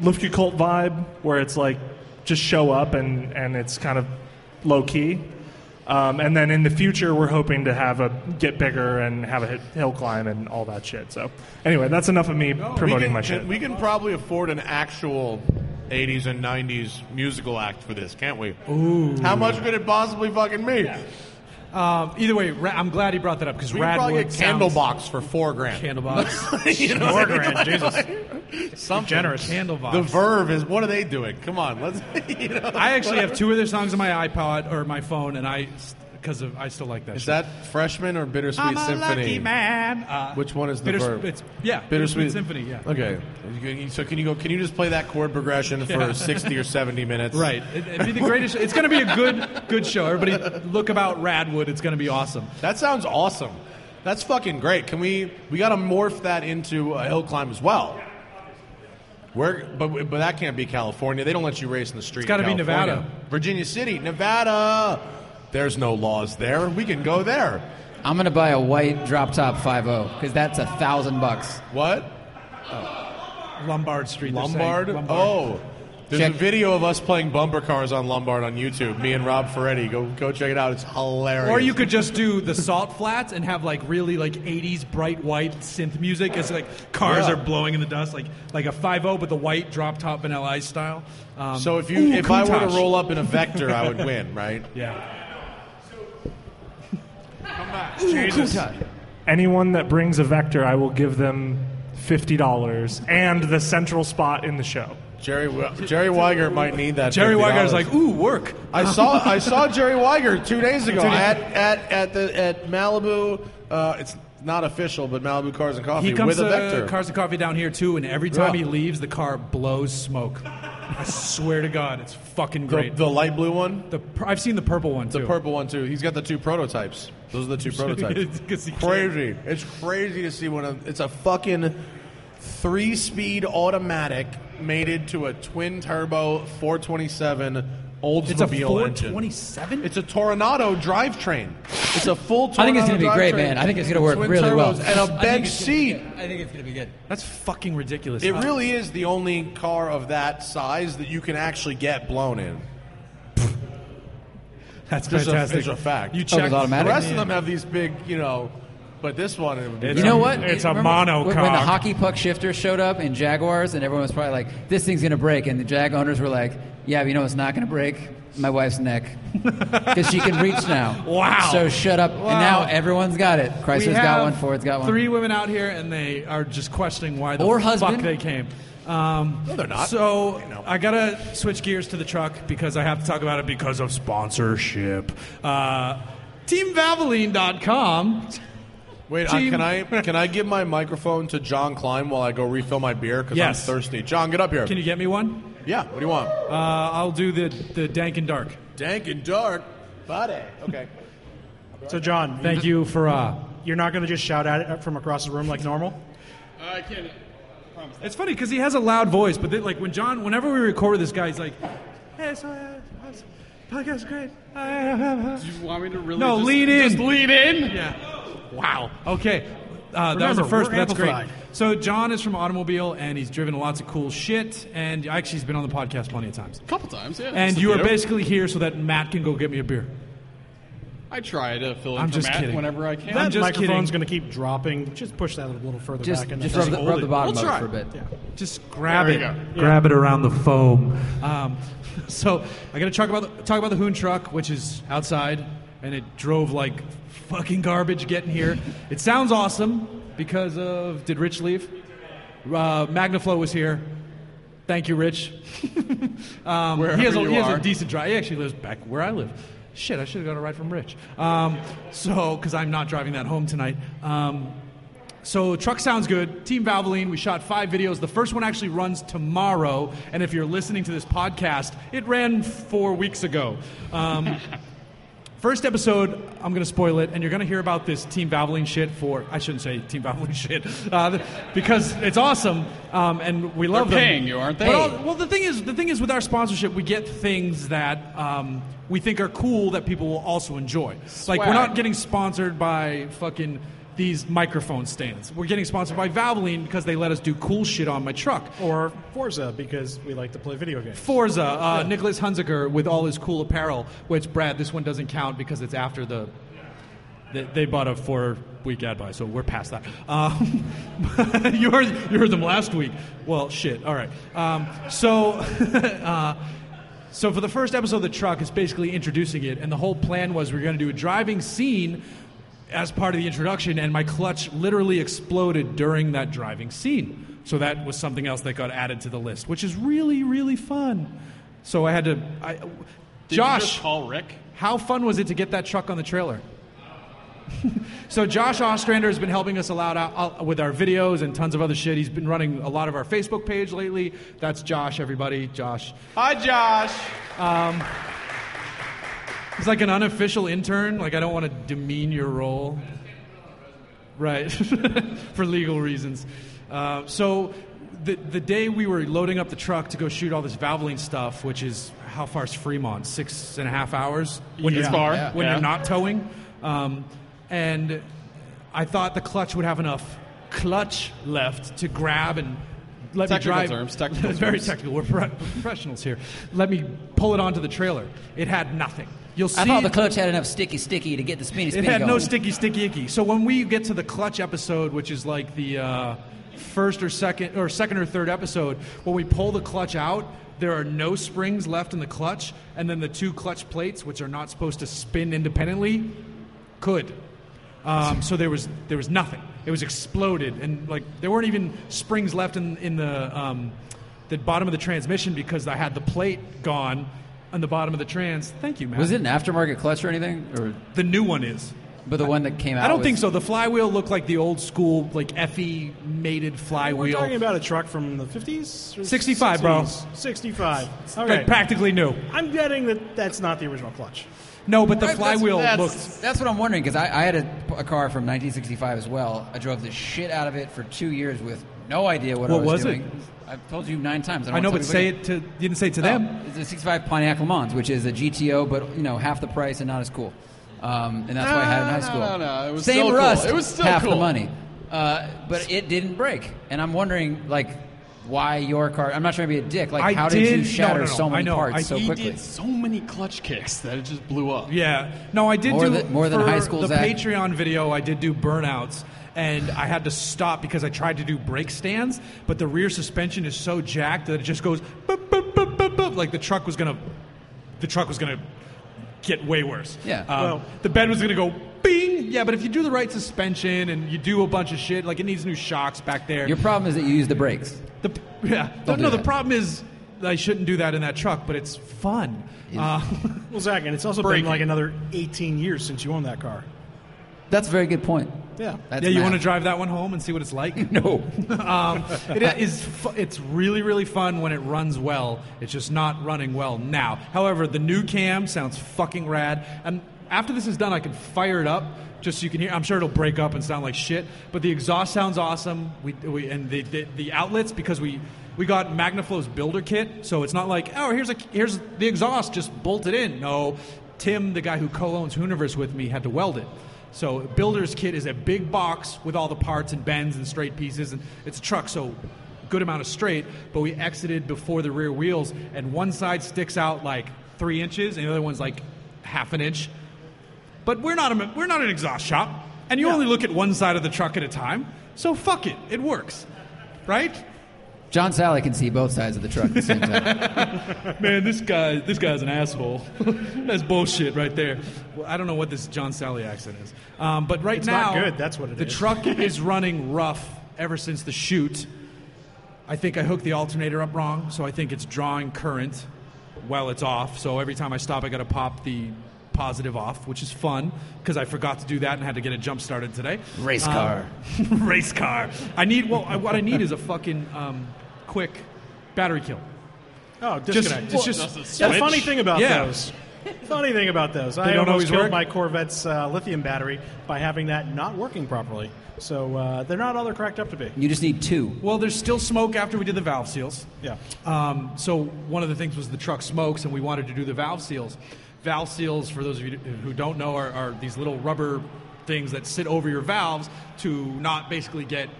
Speaker 4: Lufka cult vibe where it's like just show up and, and it's kind of low key. Um, and then in the future, we're hoping to have a get bigger and have a hi- hill climb and all that shit. So anyway, that's enough of me
Speaker 5: Oh, we
Speaker 4: promoting
Speaker 5: can,
Speaker 4: my shit.
Speaker 5: We can probably afford an actual 80s and 90s musical act for this, can't we? Ooh. How much could it possibly fucking be?
Speaker 1: Um, either way, Ra- I'm glad he brought that up because
Speaker 5: We could probably
Speaker 1: Radwood
Speaker 5: get Candlebox
Speaker 1: sounds-
Speaker 5: for four grand.
Speaker 1: Candlebox.
Speaker 5: you know what I mean? Like,
Speaker 1: Something. Generous. Candlebox.
Speaker 5: the Verve is. What are they doing? Come on, let's. You know,
Speaker 1: I actually have two of their songs on my iPod or my phone, and I because of I still like that.
Speaker 5: Is
Speaker 1: shit.
Speaker 5: that Freshman or Bittersweet
Speaker 1: I'm a
Speaker 5: Symphony?
Speaker 1: lucky man. Uh,
Speaker 5: Which one is the
Speaker 1: Bitters-
Speaker 5: Verve?
Speaker 1: it's- yeah, Bittersweet Symphony, yeah.
Speaker 5: Okay. You can- So can you go? Can you just play that chord progression for
Speaker 1: Yeah.
Speaker 5: sixty or seventy minutes?
Speaker 1: Right. It, it'd be the greatest. it's going to be a good good show. Everybody, look about Radwood. It's going to be awesome.
Speaker 5: That sounds awesome. That's fucking great. Can we? We got to morph that into a hill climb as well. Where, but but that can't be California. They don't let you race in the street.
Speaker 1: It's gotta
Speaker 5: in
Speaker 1: be
Speaker 5: California.
Speaker 1: Nevada.
Speaker 5: Virginia City, Nevada. There's no laws there. We can go there.
Speaker 3: I'm gonna buy a white drop top 50 because that's a thousand bucks.
Speaker 5: What?
Speaker 1: Lombard Street. they're saying.
Speaker 5: Lombard? Oh. There's
Speaker 3: Check-
Speaker 5: a video of us playing bumper cars on Lombard on YouTube. Me and Rob Ferretti. Go go check it out. It's hilarious.
Speaker 1: Or you could just do the salt flats and have like really like 80s bright white synth music as like cars
Speaker 5: Yeah.
Speaker 1: are blowing in the dust, like like a 5.0 but the white drop top Vanilla Ice style. Um,
Speaker 5: So if you
Speaker 1: ooh,
Speaker 5: if I were to
Speaker 1: Countach.
Speaker 5: roll up in a vector, I would win, right?
Speaker 1: yeah,
Speaker 4: Anyone that brings a vector, I will give them fifty dollars and the central spot in the show.
Speaker 5: Jerry Wi- Jerry Weiger might need that.
Speaker 1: Jerry Weiger's
Speaker 5: $50.
Speaker 1: like, ooh, work.
Speaker 5: I saw I saw Jerry Weiger two days ago at at at the at Malibu. Uh, it's not official, but Malibu Cars and Coffee
Speaker 1: He comes
Speaker 5: with a
Speaker 1: to
Speaker 5: vector.
Speaker 1: Cars and Coffee down here too, and every time
Speaker 5: Yeah.
Speaker 1: he leaves, the car blows smoke. I swear to God, it's fucking
Speaker 5: The,
Speaker 1: great.
Speaker 5: the light blue one,
Speaker 1: The pur- I've seen the purple one too.
Speaker 5: the purple one too. He's got the two prototypes. Those are the two prototypes.
Speaker 1: 'Cause he can't-
Speaker 5: crazy. It's crazy to see one of. It's a fucking three-speed automatic mated to a twin turbo 427 Oldsmobile
Speaker 1: It's a
Speaker 5: engine.
Speaker 1: 427.
Speaker 5: It's a Tornado drivetrain. It's a full. Tornado
Speaker 3: I think it's
Speaker 5: going to
Speaker 3: be great, man. I think it's going to work
Speaker 5: Twin
Speaker 3: really well.
Speaker 5: turbos and a
Speaker 3: I think
Speaker 5: bench
Speaker 3: it's gonna be
Speaker 5: seat.
Speaker 3: good. I think it's going to be good.
Speaker 1: That's fucking ridiculous.
Speaker 5: It
Speaker 1: Uh,
Speaker 5: really is the only car of that size that you can actually get blown in.
Speaker 1: that's
Speaker 5: Just a-
Speaker 1: fantastic.
Speaker 5: it's a fact.
Speaker 1: You
Speaker 5: Oh, it
Speaker 1: check
Speaker 3: was automatic?
Speaker 5: The rest of them have these big, you know, but this one it would be
Speaker 4: It's
Speaker 3: You
Speaker 4: a-
Speaker 3: know what?
Speaker 4: it's
Speaker 3: You
Speaker 4: a
Speaker 3: remember
Speaker 4: mono
Speaker 3: when, when the
Speaker 4: cock.
Speaker 3: hockey puck shifter showed up in Jaguars, and everyone was probably like, "This thing's gonna break," and the Jag owners were like, "Yeah, but you know it's not gonna break? My wife's neck, because she can reach now."
Speaker 1: Wow.
Speaker 3: So shut up. And now
Speaker 1: Wow.
Speaker 3: everyone's got it.
Speaker 1: We
Speaker 3: Chrysler's got
Speaker 1: have
Speaker 3: one. Ford's got one.
Speaker 1: Three women out here, and they are just questioning why the
Speaker 3: Or
Speaker 1: fuck
Speaker 3: husband.
Speaker 1: they came. Um, no,
Speaker 5: they're not.
Speaker 1: So
Speaker 5: You know.
Speaker 1: I gotta switch gears to the truck because I have to talk about it because of sponsorship. Uh, TeamVaveline.com.
Speaker 5: Wait, uh,
Speaker 1: Team-
Speaker 5: can I can I give my microphone to John Klein while I go refill my beer because
Speaker 1: Yes.
Speaker 5: I'm thirsty? John, get up here.
Speaker 1: Can you get me one?
Speaker 5: yeah, what do you want?
Speaker 1: Uh, I'll do the the dank and dark.
Speaker 5: Dank and dark, buddy. Okay.
Speaker 6: So, John,
Speaker 1: Thank you for. Uh,
Speaker 6: you're not going to just shout at it from across the room like normal?
Speaker 7: Uh, I can't promise that.
Speaker 1: It's funny because he has a loud voice, but then, like when John, whenever we record this guy, he's like, "Hey, so uh, podcast's great."
Speaker 7: Do you want me to really?
Speaker 1: No,
Speaker 7: just,
Speaker 1: lead in.
Speaker 7: Just lead in.
Speaker 1: Yeah. Wow. Okay. Uh, that was the
Speaker 6: Remember,
Speaker 1: 1st
Speaker 6: we're
Speaker 1: that's
Speaker 6: amplified.
Speaker 1: great. So John is from Automobile, and he's driven lots of cool shit. And actually, he's been on the podcast plenty of times.
Speaker 7: A couple times, yeah.
Speaker 1: And
Speaker 7: Just a
Speaker 1: you are
Speaker 7: few.
Speaker 1: basically here so that Matt can go get me a beer.
Speaker 7: I try to fill in
Speaker 1: I'm
Speaker 7: for
Speaker 1: just
Speaker 7: Matt
Speaker 1: kidding.
Speaker 7: whenever I can.
Speaker 1: I'm
Speaker 6: That
Speaker 1: just
Speaker 6: microphone's
Speaker 1: kidding.
Speaker 6: going to keep dropping. Just push that a little further
Speaker 3: Just,
Speaker 6: back. in
Speaker 3: just
Speaker 6: the
Speaker 3: rub the,
Speaker 6: thing.
Speaker 3: rub the bottom of
Speaker 7: We'll
Speaker 3: it
Speaker 7: try.
Speaker 3: for a bit.
Speaker 1: Just grab
Speaker 7: There
Speaker 1: it.
Speaker 7: you go.
Speaker 1: Grab it around the foam. Um, so I got to talk about the, talk about the Hoon truck, which is outside, and it drove like fucking garbage getting here. it sounds awesome because of did Rich leave? Uh, Magnaflow was here. Thank you, Rich. um, he has, a,
Speaker 7: you
Speaker 1: he has a
Speaker 7: are.
Speaker 1: decent drive. He actually lives back where I live. Shit, I should have got a ride from Rich. Um, so, because I'm not driving that home tonight. Um, so truck sounds good. Team Valvoline, we shot five videos. The first one actually runs tomorrow, and if you're listening to this podcast, it ran four weeks ago. Um, first episode, I'm going to spoil it, and you're going to hear about this Team Valvoline shit for I shouldn't say Team Valvoline shit uh, th- because it's awesome um, and we love
Speaker 7: They're
Speaker 1: them.
Speaker 7: paying you, aren't they?
Speaker 1: But all- well, the thing is, the thing is, with our sponsorship, we get things that um, we think are cool that people will also enjoy. Like we're
Speaker 7: Swag.
Speaker 1: not getting sponsored by fucking these microphone stands. We're getting sponsored by Valvoline because they let us do cool shit on my truck.
Speaker 6: Or Forza, because we like to play video games.
Speaker 1: Forza, uh, Nicholas Hunziker with all his cool apparel. Which Brad, this one doesn't count because it's after the they, they bought a four-week ad buy, so we're past that. Um, you heard you heard them last week. Well, shit. All right. Um, so. uh, so for the first episode of the truck, it's basically introducing it, and the whole plan was we are going to do a driving scene as part of the introduction, and my clutch literally exploded during that driving scene. So that was something else that got added to the list, which is really really fun. So I had to, I,
Speaker 7: Did You
Speaker 1: Josh,
Speaker 7: just call Rick.
Speaker 1: how fun was it to get that truck on the trailer? so Josh Ostrander has been helping us a lot out, out with our videos and tons of other shit. He's been running a lot of our Facebook page lately. That's Josh, everybody. Josh.
Speaker 5: Hi, Josh.
Speaker 1: He's like an unofficial intern. Like I don't want to demean your role, right? For legal reasons. Uh, so the the day we were loading up the truck to go shoot all this Valvoline stuff, which is how far's Fremont? Six and a half hours when
Speaker 7: It's far. Yeah.
Speaker 1: when
Speaker 7: Yeah.
Speaker 1: you're not towing. Um, and I thought the clutch would have enough clutch left to grab and. Let
Speaker 7: Technical
Speaker 1: me drive.
Speaker 7: terms, technical
Speaker 1: Very
Speaker 7: terms.
Speaker 1: technical. We're pro- professionals here. Let me pull it onto the trailer. It had nothing. You'll see.
Speaker 3: I thought the clutch had enough sticky sticky to get the spinny
Speaker 1: It
Speaker 3: spinny
Speaker 1: had no
Speaker 3: going.
Speaker 1: sticky, sticky, icky. So when we get to the clutch episode, which is like the uh, first or second or second or third episode, when we pull the clutch out, there are no springs left in the clutch, and then the two clutch plates, which are not supposed to spin independently, could. Um, so there was there was nothing. It was exploded, and like there weren't even springs left in in the um, the bottom of the transmission because I had the plate gone on the bottom of the trans. Thank you, Matt.
Speaker 3: Was it an aftermarket clutch or anything? Or
Speaker 1: The new one is.
Speaker 3: But the one that came out.
Speaker 1: I don't
Speaker 3: was-
Speaker 1: think so. The flywheel looked like the old school, like Effie mated
Speaker 6: We're
Speaker 1: flywheel.
Speaker 6: talking about a truck from the 50s? Or
Speaker 1: 65, bro.
Speaker 6: 60s? 65. All
Speaker 1: Like,
Speaker 6: right.
Speaker 1: practically new.
Speaker 6: I'm getting that that's not the original clutch.
Speaker 1: No, but the
Speaker 3: Right, that's-
Speaker 1: flywheel
Speaker 3: that's,
Speaker 1: looked.
Speaker 3: That's what I'm wondering because I, I had a, a car from 1965 as well. I drove the shit out of it for two years with no idea what, I
Speaker 1: What
Speaker 3: was,
Speaker 1: was it?
Speaker 3: doing. I've told you nine times.
Speaker 1: I know, but say it to. You didn't
Speaker 3: Oh.
Speaker 1: say it to them.
Speaker 3: It's a 65 Pontiac Le Mans, which is a GTO, but you know half the price and not as cool. Um, and that's why I had it in high
Speaker 7: No,
Speaker 3: school.
Speaker 7: no, no, no. It was
Speaker 3: Same
Speaker 7: still cool.
Speaker 3: rust.
Speaker 7: It was still
Speaker 3: half the
Speaker 7: cool.
Speaker 3: money, uh, but it didn't break. And I'm wondering, like, why your car? I'm not trying to be a dick. Like,
Speaker 1: I
Speaker 3: how
Speaker 1: did-
Speaker 3: you
Speaker 1: no,
Speaker 3: shatter
Speaker 1: no, no.
Speaker 3: so
Speaker 1: I
Speaker 3: many
Speaker 1: know.
Speaker 3: parts
Speaker 1: I-
Speaker 3: so
Speaker 7: he
Speaker 3: quickly?
Speaker 7: did so many clutch kicks that it just blew up.
Speaker 1: Yeah. No, I did
Speaker 3: More
Speaker 1: do
Speaker 3: than- more than
Speaker 1: for
Speaker 3: high school,
Speaker 1: The
Speaker 3: Zach.
Speaker 1: Patreon video, I did do burnouts, and I had to stop because I tried to do brake stands, but the rear suspension is so jacked that it just goes boop, boop, boop, boop, boop, like the truck was gonna, the truck was gonna get way worse.
Speaker 3: Yeah.
Speaker 1: Um,
Speaker 6: Well-
Speaker 1: the bed was gonna go bing. Yeah, but if you do the right suspension and you do a bunch of shit, like it needs new shocks back there.
Speaker 3: Your problem is that you use the brakes.
Speaker 1: The, yeah.
Speaker 3: Don't do
Speaker 1: no, the
Speaker 3: that.
Speaker 1: problem is I shouldn't do that in that truck, but it's fun. Uh,
Speaker 6: Well, Zach, and it's also
Speaker 7: Breaking.
Speaker 6: been like another 18 years since you owned that car.
Speaker 3: That's a very good point.
Speaker 6: Yeah.
Speaker 3: That's
Speaker 1: yeah, you
Speaker 3: math.
Speaker 1: want to drive that one home and see what it's like?
Speaker 3: No.
Speaker 1: um, it is. Fu- it's really, really fun when it runs well. It's just not running well now. However, the new cam sounds fucking rad. And after this is done, I can fire it up just so you can hear. I'm sure it'll break up and sound like shit. But the exhaust sounds awesome. We, we and the, the the outlets because we. We got Magnaflow's builder kit, so it's not like, oh, here's a here's the exhaust just bolted in. No, Tim, the guy who co-owns Hooniverse with me, had to weld it. So builder's kit is a big box with all the parts and bends and straight pieces, and it's a truck, so good amount of straight. But we exited before the rear wheels, and one side sticks out like three inches, and the other one's like half an inch. But we're not a, we're not an exhaust shop, and you only look at one side of the truck at a time. So fuck it, it works, right?
Speaker 3: John Sally can see both sides of the truck at the same time.
Speaker 1: Man, this guy this guy's an asshole. That's bullshit right there. Well, I don't know what this John Sally accent is, um, but right
Speaker 6: It's
Speaker 1: now
Speaker 6: not good, that's what it
Speaker 1: the
Speaker 6: is.
Speaker 1: truck is running rough ever since the shoot. I think I hooked the alternator up wrong, so I think it's drawing current while it's off. So every time I stop, I got to pop the positive off, which is fun because I forgot to do that and had to get it jump started today.
Speaker 3: Race
Speaker 1: Um,
Speaker 3: car.
Speaker 1: race car. I need well, I, what I need is a fucking um, quick battery kill.
Speaker 6: Oh, disconnect.
Speaker 1: Just, it's just
Speaker 7: Does it
Speaker 6: The
Speaker 7: switch?
Speaker 6: funny thing about
Speaker 1: Yeah.
Speaker 6: those. Funny thing about those. I
Speaker 1: don't
Speaker 6: almost
Speaker 1: always
Speaker 6: killed
Speaker 1: work?
Speaker 6: my Corvette's uh, lithium battery by having that not working properly. So uh, they're not all they're cracked up to be.
Speaker 3: You just need two.
Speaker 1: Well, there's still smoke after we did the valve seals.
Speaker 6: Yeah.
Speaker 1: Um, so one of the things was the truck smokes, and we wanted to do the valve seals. Valve seals, for those of you who don't know, are, are these little rubber things that sit over your valves to not basically get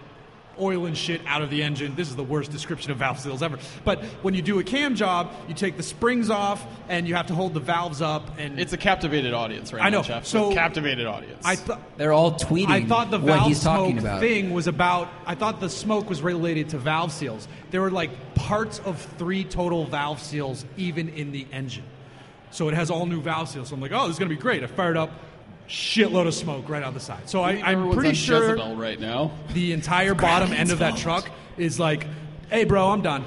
Speaker 1: oil and shit out of the engine. This is the worst description of valve seals ever. But when you do a cam job, you take the springs off, and you have to hold the valves up. And
Speaker 7: It's a captivated audience right
Speaker 1: I know.
Speaker 7: now, Jeff.
Speaker 1: So-
Speaker 7: a captivated audience.
Speaker 1: I thought.
Speaker 3: They're all tweeting
Speaker 1: I thought the
Speaker 3: what
Speaker 1: valve
Speaker 3: he's talking
Speaker 1: smoke
Speaker 3: about.
Speaker 1: thing was about. I thought the smoke was related to valve seals. There were like parts of three total valve seals even in the engine, so it has all new valve seals. So I'm like, oh, this is gonna be great. I fired up shitload of smoke right out the side. So I, I'm
Speaker 7: Everyone's
Speaker 1: pretty
Speaker 7: on
Speaker 1: sure
Speaker 7: Jezebel right now.
Speaker 1: the entire bottom end of that truck is like, hey, bro, I'm done.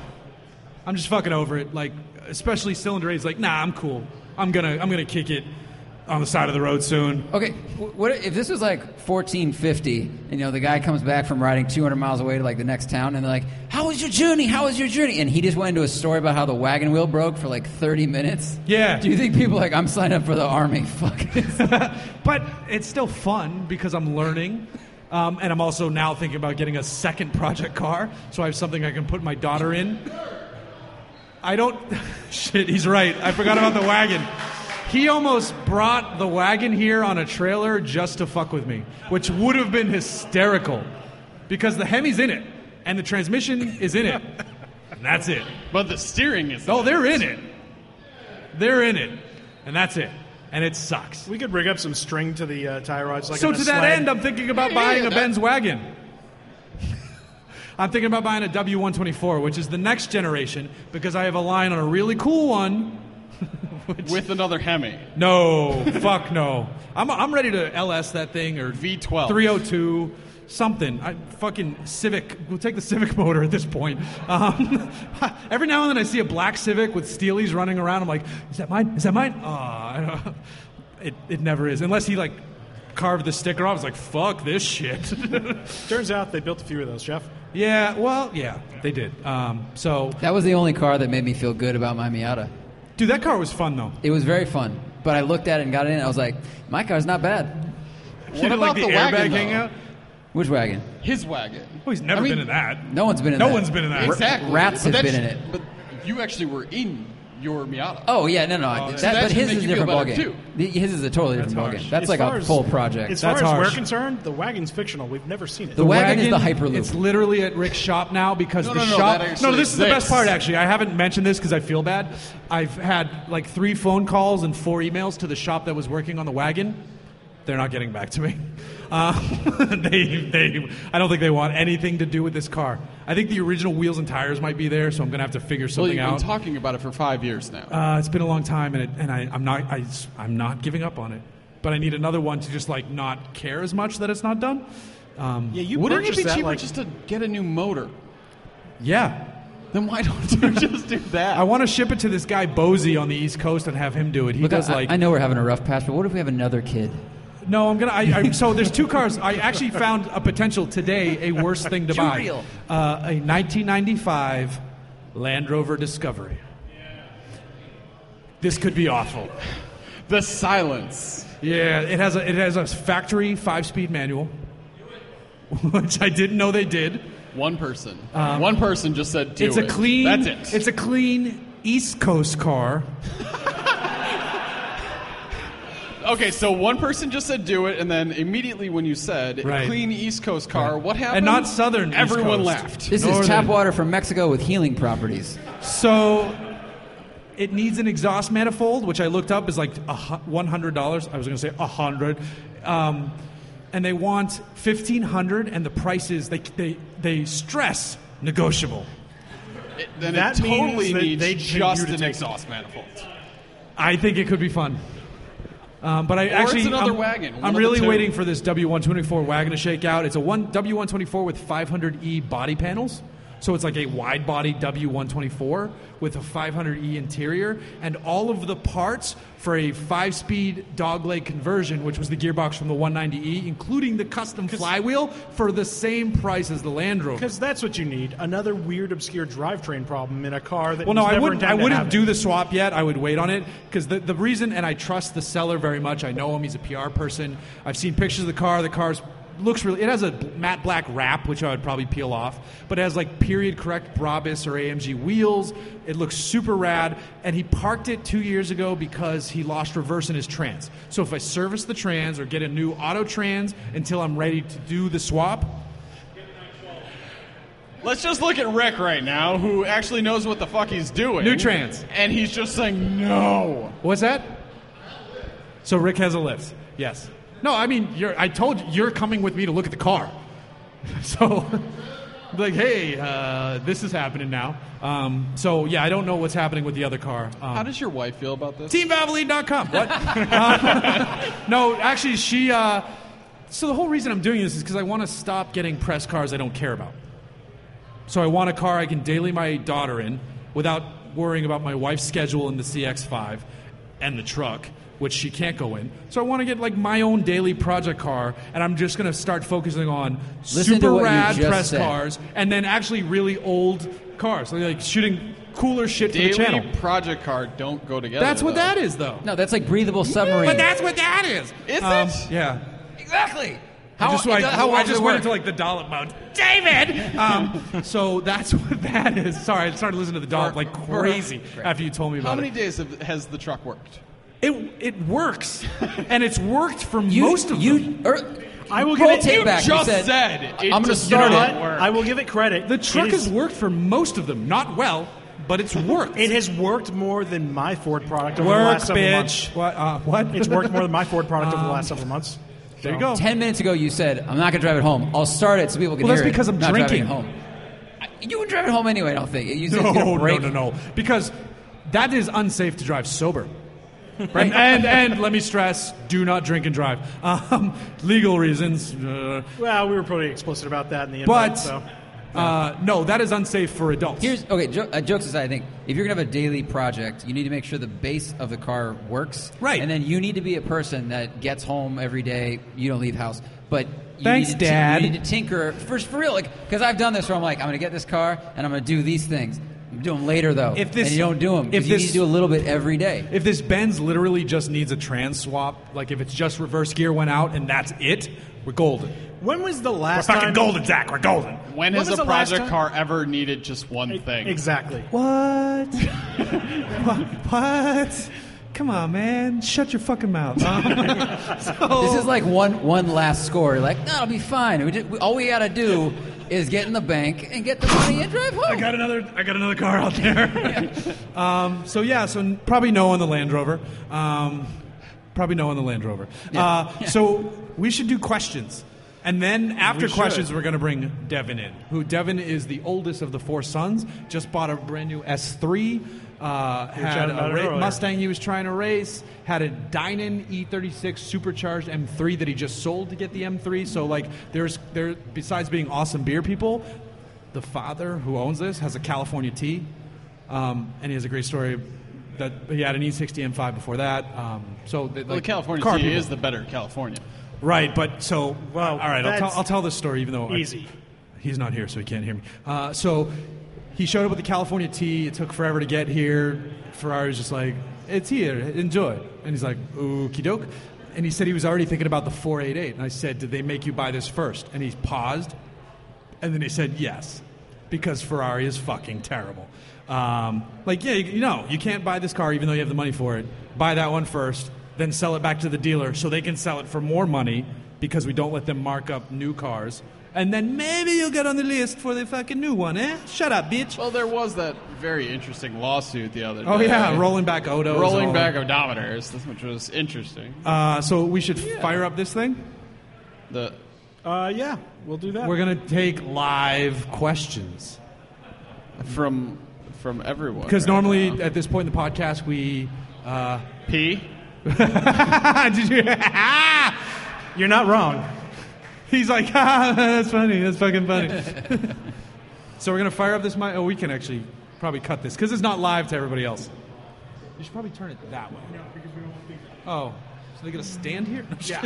Speaker 1: I'm just fucking over it. Like, especially cylinder A is like, nah, I'm cool. I'm gonna I'm gonna kick it on the side of the road soon.
Speaker 3: Okay, wh- what if this was like 1450, and you know the guy comes back from riding 200 miles away to like the next town, and they're like, "How was your journey? How was your journey?" And he just went into a story about how the wagon wheel broke for like 30 minutes.
Speaker 1: Yeah.
Speaker 3: Do you think people are like I'm signed up for the army? Fuck.
Speaker 1: but it's still fun because I'm learning. Um, and I'm also now thinking about getting a second project car so I have something I can put my daughter in. I don't. Shit, he's right. I forgot about the wagon. He almost brought the wagon here on a trailer just to fuck with me, which would have been hysterical because the Hemi's in it and the transmission is in it. And that's it.
Speaker 7: But the steering is.
Speaker 1: No, they're in Oh, it. They're in it. And that's it. And it sucks.
Speaker 6: We could rig up some string to the uh, tie rods. Like
Speaker 1: So
Speaker 6: on a
Speaker 1: to that
Speaker 6: sled.
Speaker 1: end, uh, I'm thinking about
Speaker 7: Yeah, yeah,
Speaker 1: buying
Speaker 7: yeah,
Speaker 1: a
Speaker 7: that-
Speaker 1: Benz wagon. I'm thinking about buying a W124, which is the next generation, because I have a line on a really cool one. which-
Speaker 7: with another Hemi.
Speaker 1: no, fuck no. I'm, I'm ready to LS that thing or
Speaker 7: V12.
Speaker 1: 302, something. I fucking Civic. We'll take the Civic motor at this point. Um, every now and then I see a black Civic with Steely's running around. I'm like, is that mine? Is that mine? Ah, I don't- it it never is, unless he like carved the sticker off. I was like, fuck this shit.
Speaker 6: Turns out they built a few of those, Jeff.
Speaker 1: yeah, well, yeah, they did. Um, so,
Speaker 3: That was the only car that made me feel good about my Miata.
Speaker 1: dude, that car was fun though.
Speaker 3: It was very fun. But I looked at it and got in, and I was like, my car's not bad.
Speaker 7: What about
Speaker 5: like
Speaker 7: the,
Speaker 5: the airbag
Speaker 7: wagon? though?
Speaker 5: hangout?
Speaker 3: Which wagon?
Speaker 7: His wagon.
Speaker 1: Oh, he's never
Speaker 7: I mean,
Speaker 1: been in that.
Speaker 3: No one's been in
Speaker 1: No
Speaker 3: that.
Speaker 1: one's been in that.
Speaker 7: Exactly.
Speaker 3: Rats
Speaker 7: But
Speaker 3: have
Speaker 7: that's-
Speaker 3: been in it.
Speaker 7: But you actually were in your Miata.
Speaker 3: Oh yeah, no, no. I that,
Speaker 7: that
Speaker 3: but
Speaker 7: should
Speaker 3: his
Speaker 7: make
Speaker 3: is a
Speaker 7: you feel
Speaker 3: different ballgame.
Speaker 7: better,
Speaker 3: The- His is a totally different
Speaker 1: harsh.
Speaker 3: ballgame. That's
Speaker 6: As
Speaker 3: like
Speaker 6: far
Speaker 3: a
Speaker 6: as-
Speaker 3: full project.
Speaker 6: As
Speaker 1: That's
Speaker 6: far as
Speaker 1: harsh.
Speaker 6: we're concerned, the wagon's fictional. We've never seen it.
Speaker 3: The wagon is the Hyperloop.
Speaker 1: It's literally at Rick's shop now because
Speaker 7: No,
Speaker 1: the
Speaker 7: no, no,
Speaker 1: shop.
Speaker 7: that actually
Speaker 1: no, this is the best
Speaker 7: exists.
Speaker 1: part actually. I haven't mentioned this because I feel bad. I've had like three phone calls and four emails to the shop that was working on the wagon. They're not getting back to me. Uh, they, they, I don't think they want anything to do with this car. I think the original wheels and tires might be there, so I'm gonna have to figure
Speaker 7: Well,
Speaker 1: something
Speaker 7: you've been
Speaker 1: out.
Speaker 7: talking about it for five years now.
Speaker 1: Uh, it's been a long time, and, it, and I, I'm not I, am not giving up on it. But I need another one to just like not care as much that it's not done. Um,
Speaker 6: yeah, you
Speaker 7: Wouldn't it
Speaker 6: purchased
Speaker 7: be
Speaker 6: that,
Speaker 7: cheaper
Speaker 6: like,
Speaker 7: just to get a new motor?
Speaker 1: yeah,
Speaker 7: Then why don't you just do that?
Speaker 1: I want to ship it to this guy Bozy on the East Coast and have him do it. He
Speaker 3: Look,
Speaker 1: does
Speaker 3: I,
Speaker 1: like
Speaker 3: I know we're having a rough patch, but what if we have another kid?
Speaker 1: no. I'm gonna. I, I, so there's two cars. I actually found a potential today. A worse thing to buy.
Speaker 3: Jurial.
Speaker 1: Uh, a 1995 Land Rover Discovery. This could be awful.
Speaker 7: the silence.
Speaker 1: Yeah, it has a it has a factory five speed manual, which I didn't know they did.
Speaker 7: One person. One person just said, "Do
Speaker 1: Uh, it's
Speaker 7: it."
Speaker 1: a clean.
Speaker 7: That's it.
Speaker 1: It's a clean East Coast car.
Speaker 7: okay, so one person just said, "Do it," and then immediately when you said,
Speaker 1: Right.
Speaker 7: "Clean East Coast car," what happened?
Speaker 1: And not Southern East
Speaker 7: Everyone
Speaker 1: Coast.
Speaker 7: laughed.
Speaker 3: This
Speaker 1: Northern.
Speaker 3: is tap water from Mexico with healing properties.
Speaker 1: So it needs an exhaust manifold, which I looked up is like a hu- $100. I was going to say 100 um, And they want 1500 and the prices, they, they, they stress negotiable.
Speaker 7: It, then
Speaker 6: That
Speaker 7: it
Speaker 6: means
Speaker 7: totally
Speaker 6: that
Speaker 7: needs
Speaker 6: they pay you
Speaker 7: just
Speaker 6: to
Speaker 7: an
Speaker 6: take-
Speaker 7: exhaust manifold.
Speaker 1: I think it could be fun. Um, but I
Speaker 7: it's
Speaker 1: actually,
Speaker 7: another
Speaker 1: I'm,
Speaker 7: wagon, one
Speaker 1: I'm
Speaker 7: of the
Speaker 1: really
Speaker 7: two.
Speaker 1: waiting for this W124 wagon to shake out. It's a one W124 with 500e body panels, so it's like a wide body W124 with a 500e interior, and all of the parts for a five-speed dogleg conversion, which was the gearbox from the 190e, including the custom flywheel, for the same price as the Land Rover.
Speaker 6: Because that's what you need. Another weird, obscure drivetrain problem in a car that
Speaker 1: Well, no,
Speaker 6: was
Speaker 1: I
Speaker 6: never
Speaker 1: wouldn't. I
Speaker 6: intended to
Speaker 1: wouldn't
Speaker 6: have
Speaker 1: do
Speaker 6: it.
Speaker 1: the swap yet. I would wait on it because the, the reason, and I trust the seller very much. I know him. He's a PR person. I've seen pictures of the car. The car's looks really. It has a matte black wrap, which I would probably peel off, but it has like period correct Brabus or AMG wheels. It looks super rad. And he parked it two years ago because he lost reverse in his trans. So if I service the trans or get a new auto trans until I'm ready to do the swap,
Speaker 7: Let's just look at Rick right now, who actually knows what the fuck he's doing.
Speaker 1: New trans.
Speaker 7: and he's just saying no.
Speaker 1: What's that? So Rick has a lift. Yes. No, I mean, you're, I told you, you're coming with me to look at the car. So, like, hey, uh, this is happening now. Um, so, yeah, I don't know what's happening with the other car.
Speaker 7: How
Speaker 1: Um,
Speaker 7: does your wife feel about this?
Speaker 1: TeamVaseline.com. What? Um, no, actually, she. Uh, so the whole reason I'm doing this is because I want to stop getting press cars I don't care about. So I want a car I can daily my daughter in without worrying about my wife's schedule in the CX5 and the truck, which she can't go in. So I want to get like my own daily project car, and I'm just going to start focusing on
Speaker 3: Listen to
Speaker 1: super
Speaker 3: what you
Speaker 1: rad
Speaker 3: just
Speaker 1: press
Speaker 3: said.
Speaker 1: cars, and then actually really old cars, like, like shooting cooler shit for the
Speaker 7: Daily
Speaker 1: channel.
Speaker 7: project car don't go together.
Speaker 1: That's what
Speaker 7: though.
Speaker 1: that is, though.
Speaker 3: No, that's like breathable submarine.
Speaker 1: But that's what that is. Um,
Speaker 7: Is it?
Speaker 1: Yeah.
Speaker 3: exactly.
Speaker 1: I just, I,
Speaker 3: it does-
Speaker 1: how, I
Speaker 3: does it
Speaker 1: just went
Speaker 3: work?
Speaker 1: into like the dollop mode. David! Um, so that's what that is. Sorry, I started listening to the dollop like crazy after you told me
Speaker 7: How
Speaker 1: about
Speaker 7: many
Speaker 1: it.
Speaker 7: days have, has the truck worked?
Speaker 1: It it works, and it's worked for
Speaker 3: You-
Speaker 1: most of
Speaker 3: you,
Speaker 1: them.
Speaker 3: er,
Speaker 6: I will
Speaker 3: roll
Speaker 6: give it.
Speaker 3: tape
Speaker 6: you
Speaker 3: back.
Speaker 7: just
Speaker 3: you said,
Speaker 7: said it
Speaker 3: I'm going to
Speaker 7: does
Speaker 6: know
Speaker 3: start
Speaker 6: what?
Speaker 3: it.
Speaker 6: I will give it credit.
Speaker 1: The truck
Speaker 6: it
Speaker 1: has worked for most of them. Not well, but it's worked.
Speaker 6: It has worked more than my Ford product over the
Speaker 1: worked,
Speaker 6: last several
Speaker 1: bitch. Um,
Speaker 6: months.
Speaker 1: What? Uh, what?
Speaker 6: It's worked more than my Ford product over the last several months.
Speaker 1: there you go.
Speaker 3: Ten minutes ago, you said I'm not going to drive it home. I'll start it so people can
Speaker 1: Well,
Speaker 3: hear
Speaker 1: that's because
Speaker 3: it.
Speaker 1: I'm
Speaker 3: not driving
Speaker 1: drinking.
Speaker 3: it home. I- You would drive it home anyway. I don't think. You said
Speaker 1: No,
Speaker 3: it's gonna
Speaker 1: no,
Speaker 3: break.
Speaker 1: no, no. Because that is unsafe to drive sober. And, and and let me stress: do not drink and drive. Um, legal reasons. uh,
Speaker 6: Well, we were pretty explicit about that in the invite,
Speaker 1: but
Speaker 6: so.
Speaker 1: Uh, no, that is unsafe for adults.
Speaker 3: Here's okay. Jo- uh, jokes aside, I think if you're gonna have a daily project, you need to make sure the base of the car works.
Speaker 1: Right.
Speaker 3: And then you need to be a person that gets home every day. You don't leave house, but you
Speaker 8: Thanks,
Speaker 3: need to
Speaker 8: Dad.
Speaker 3: you need to tinker for for real, like because I've done this where I'm like, I'm gonna get this car and I'm gonna do these things. You do them later though.
Speaker 1: If this-
Speaker 3: and you don't do them,
Speaker 1: if
Speaker 3: you
Speaker 1: this-
Speaker 3: need to do a little bit every day.
Speaker 1: if this Benz literally just needs a trans swap, like if it's just reverse gear went out and that's it, we're golden.
Speaker 6: When was the
Speaker 1: We're
Speaker 6: last
Speaker 1: fucking
Speaker 6: time?
Speaker 1: golden, Zach. We're golden.
Speaker 7: When
Speaker 6: When
Speaker 7: has
Speaker 6: was
Speaker 7: a
Speaker 6: the last
Speaker 7: project
Speaker 6: time-
Speaker 7: car ever needed just one thing?
Speaker 6: Exactly.
Speaker 1: What? what? What? Come on, man. Shut your fucking mouth. Um, so-
Speaker 3: This is like one one last score. You're like, that'll be fine. We just, we, all we gotta do is get in the bank and get the money and drive home.
Speaker 1: I got another. I got another car out there. um, so yeah. So n- probably no on the Land Rover. Um, probably no on the Land Rover. Uh, So we should do questions, and then after questions, we're going to bring Devin in. Who Devin is the oldest of the four sons. Just bought a brand new S3. Uh, had
Speaker 6: chatting about
Speaker 1: a
Speaker 6: it
Speaker 1: ra-
Speaker 6: earlier.
Speaker 1: Mustang he was trying to race. Had a Dynan E36 supercharged M3 that he just sold to get the M3. So like, there's there besides being awesome beer people, the father who owns this has a California T, um, and he has a great story that he had an E E60 M5 before that. Um, so the,
Speaker 7: Well,
Speaker 1: like,
Speaker 7: the California
Speaker 1: car
Speaker 7: T
Speaker 1: people.
Speaker 7: is the better California.
Speaker 1: right, but so well, all right. I'll tell,
Speaker 6: that's
Speaker 1: I'll tell this story even though I-
Speaker 6: easy.
Speaker 1: he's not here, so he can't hear me. Uh, so he showed up with the California T. It took forever to get here. Ferrari was just like, "It's here, enjoy." And he's like, "Okie doke." And he said he was already thinking about the 488. And I said, "Did they make you buy this first? And he paused, and then he said yes, because Ferrari is fucking terrible. Um, like, yeah, you, you know, you can't buy this car even though you have the money for it. Buy that one first, then sell it back to the dealer so they can sell it for more money because we don't let them mark up new cars. And then maybe you'll get on the list for the fucking new one, eh? Shut up, bitch.
Speaker 7: Well, there was that very interesting lawsuit the other day.
Speaker 1: Oh, yeah, rolling back Odo. is
Speaker 7: rolling
Speaker 1: all-
Speaker 7: back odometers, this- which was interesting.
Speaker 1: Uh, so we should fire up this thing.
Speaker 7: The
Speaker 6: Uh, yeah, we'll do that.
Speaker 1: We're going to take live questions.
Speaker 7: from from everyone
Speaker 1: Because
Speaker 7: right
Speaker 1: normally
Speaker 7: now.
Speaker 1: at this point in the podcast, we. Uh,
Speaker 7: P.
Speaker 1: did you.
Speaker 6: You're not wrong.
Speaker 1: He's like, ah, that's funny. That's fucking funny. so we're gonna fire up this mic. Oh, we can actually probably cut this because it's not live to everybody else. You should probably turn it that way. Oh, so they gonna stand here? Yeah.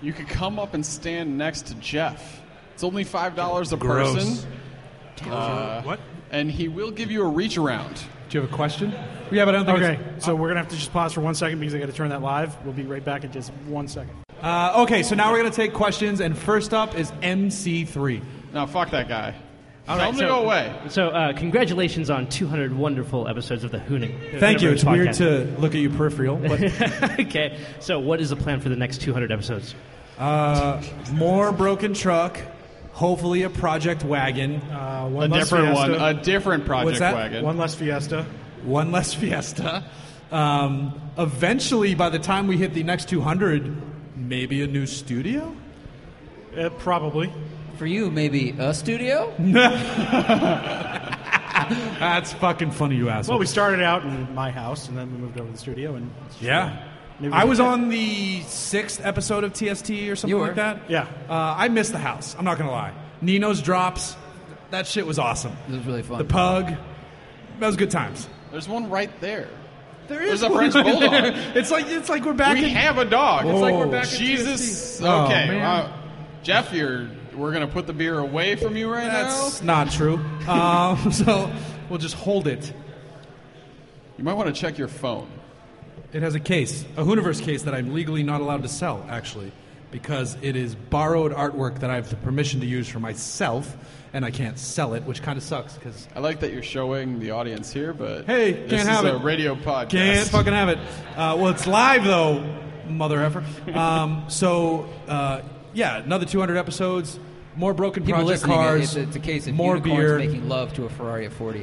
Speaker 7: You could come up and stand next to Jeff. It's only five dollars a
Speaker 1: Gross.
Speaker 7: person. Uh,
Speaker 6: What?
Speaker 7: And he will give you a reach around.
Speaker 1: Do you have a question? Yeah, but I don't think.
Speaker 6: Okay,
Speaker 1: it's-
Speaker 6: so we're gonna have to just pause for one second because I got to turn that live. We'll be right back in just one second.
Speaker 1: Uh, okay, so now we're gonna take questions, and first up is MC3.
Speaker 7: Now, fuck that guy. Tell
Speaker 9: right,
Speaker 7: him
Speaker 9: so-
Speaker 7: to go away.
Speaker 9: So, uh, congratulations on 200 wonderful episodes of the Hooning.
Speaker 1: Thank you.
Speaker 9: Hooning
Speaker 1: It's weird
Speaker 9: podcast.
Speaker 1: to look at you peripheral, but
Speaker 9: okay, so what is the plan for the next 200 episodes?
Speaker 1: uh, more broken truck. Hopefully, a project wagon.
Speaker 6: Uh,
Speaker 7: A
Speaker 6: one less
Speaker 7: different one,
Speaker 6: Fiesta.
Speaker 7: a different
Speaker 1: What's
Speaker 7: project
Speaker 1: that?
Speaker 7: wagon.
Speaker 6: one less Fiesta.
Speaker 1: one less fiesta. Um, eventually, by the time we hit the next 200, maybe a new studio?
Speaker 6: Uh, probably.
Speaker 3: For you, maybe a studio.
Speaker 1: That's fucking funny, you
Speaker 6: Well,
Speaker 1: asshole.
Speaker 6: we started out in my house, and then we moved over to the studio, and
Speaker 1: yeah.
Speaker 6: Maybe we-
Speaker 1: I was on the sixth episode of TST or something
Speaker 3: You were.
Speaker 1: like that.
Speaker 6: Yeah.
Speaker 1: Uh, I missed the house. I'm not going to lie. Nino's drops. That shit was awesome.
Speaker 3: This is really fun.
Speaker 1: The pug. That was good times.
Speaker 7: There's one right there.
Speaker 1: There
Speaker 7: is There's a French one. bulldog.
Speaker 1: it's like it's like we're back
Speaker 7: we
Speaker 1: in
Speaker 7: have a dog. It's like
Speaker 1: Whoa.
Speaker 7: we're back at Jesus.
Speaker 1: TSC. Oh,
Speaker 7: okay,
Speaker 1: man.
Speaker 7: wow. Jeff, you're we're gonna put the beer away from you right
Speaker 1: That's
Speaker 7: now.
Speaker 1: not true. um, so we'll just hold it.
Speaker 7: You might want to check your phone.
Speaker 1: It has a case, a Hooniverse case that I'm legally not allowed to sell, actually, because it is borrowed artwork that I have the permission to use for myself, and I can't sell it, which kind of sucks because
Speaker 7: I like that you're showing the audience here, but
Speaker 1: hey,
Speaker 7: this
Speaker 1: can't have
Speaker 7: is
Speaker 1: it.
Speaker 7: a radio podcast.
Speaker 1: Can't fucking have it. Uh, well, it's live though, mother effer. Um, so uh, yeah, another 200 episodes, more broken
Speaker 3: People
Speaker 1: project
Speaker 3: listening,
Speaker 1: cars,
Speaker 3: it's, it's a case of
Speaker 1: more
Speaker 3: unicorns
Speaker 1: beer.
Speaker 3: making love to a Ferrari at 40. Uh,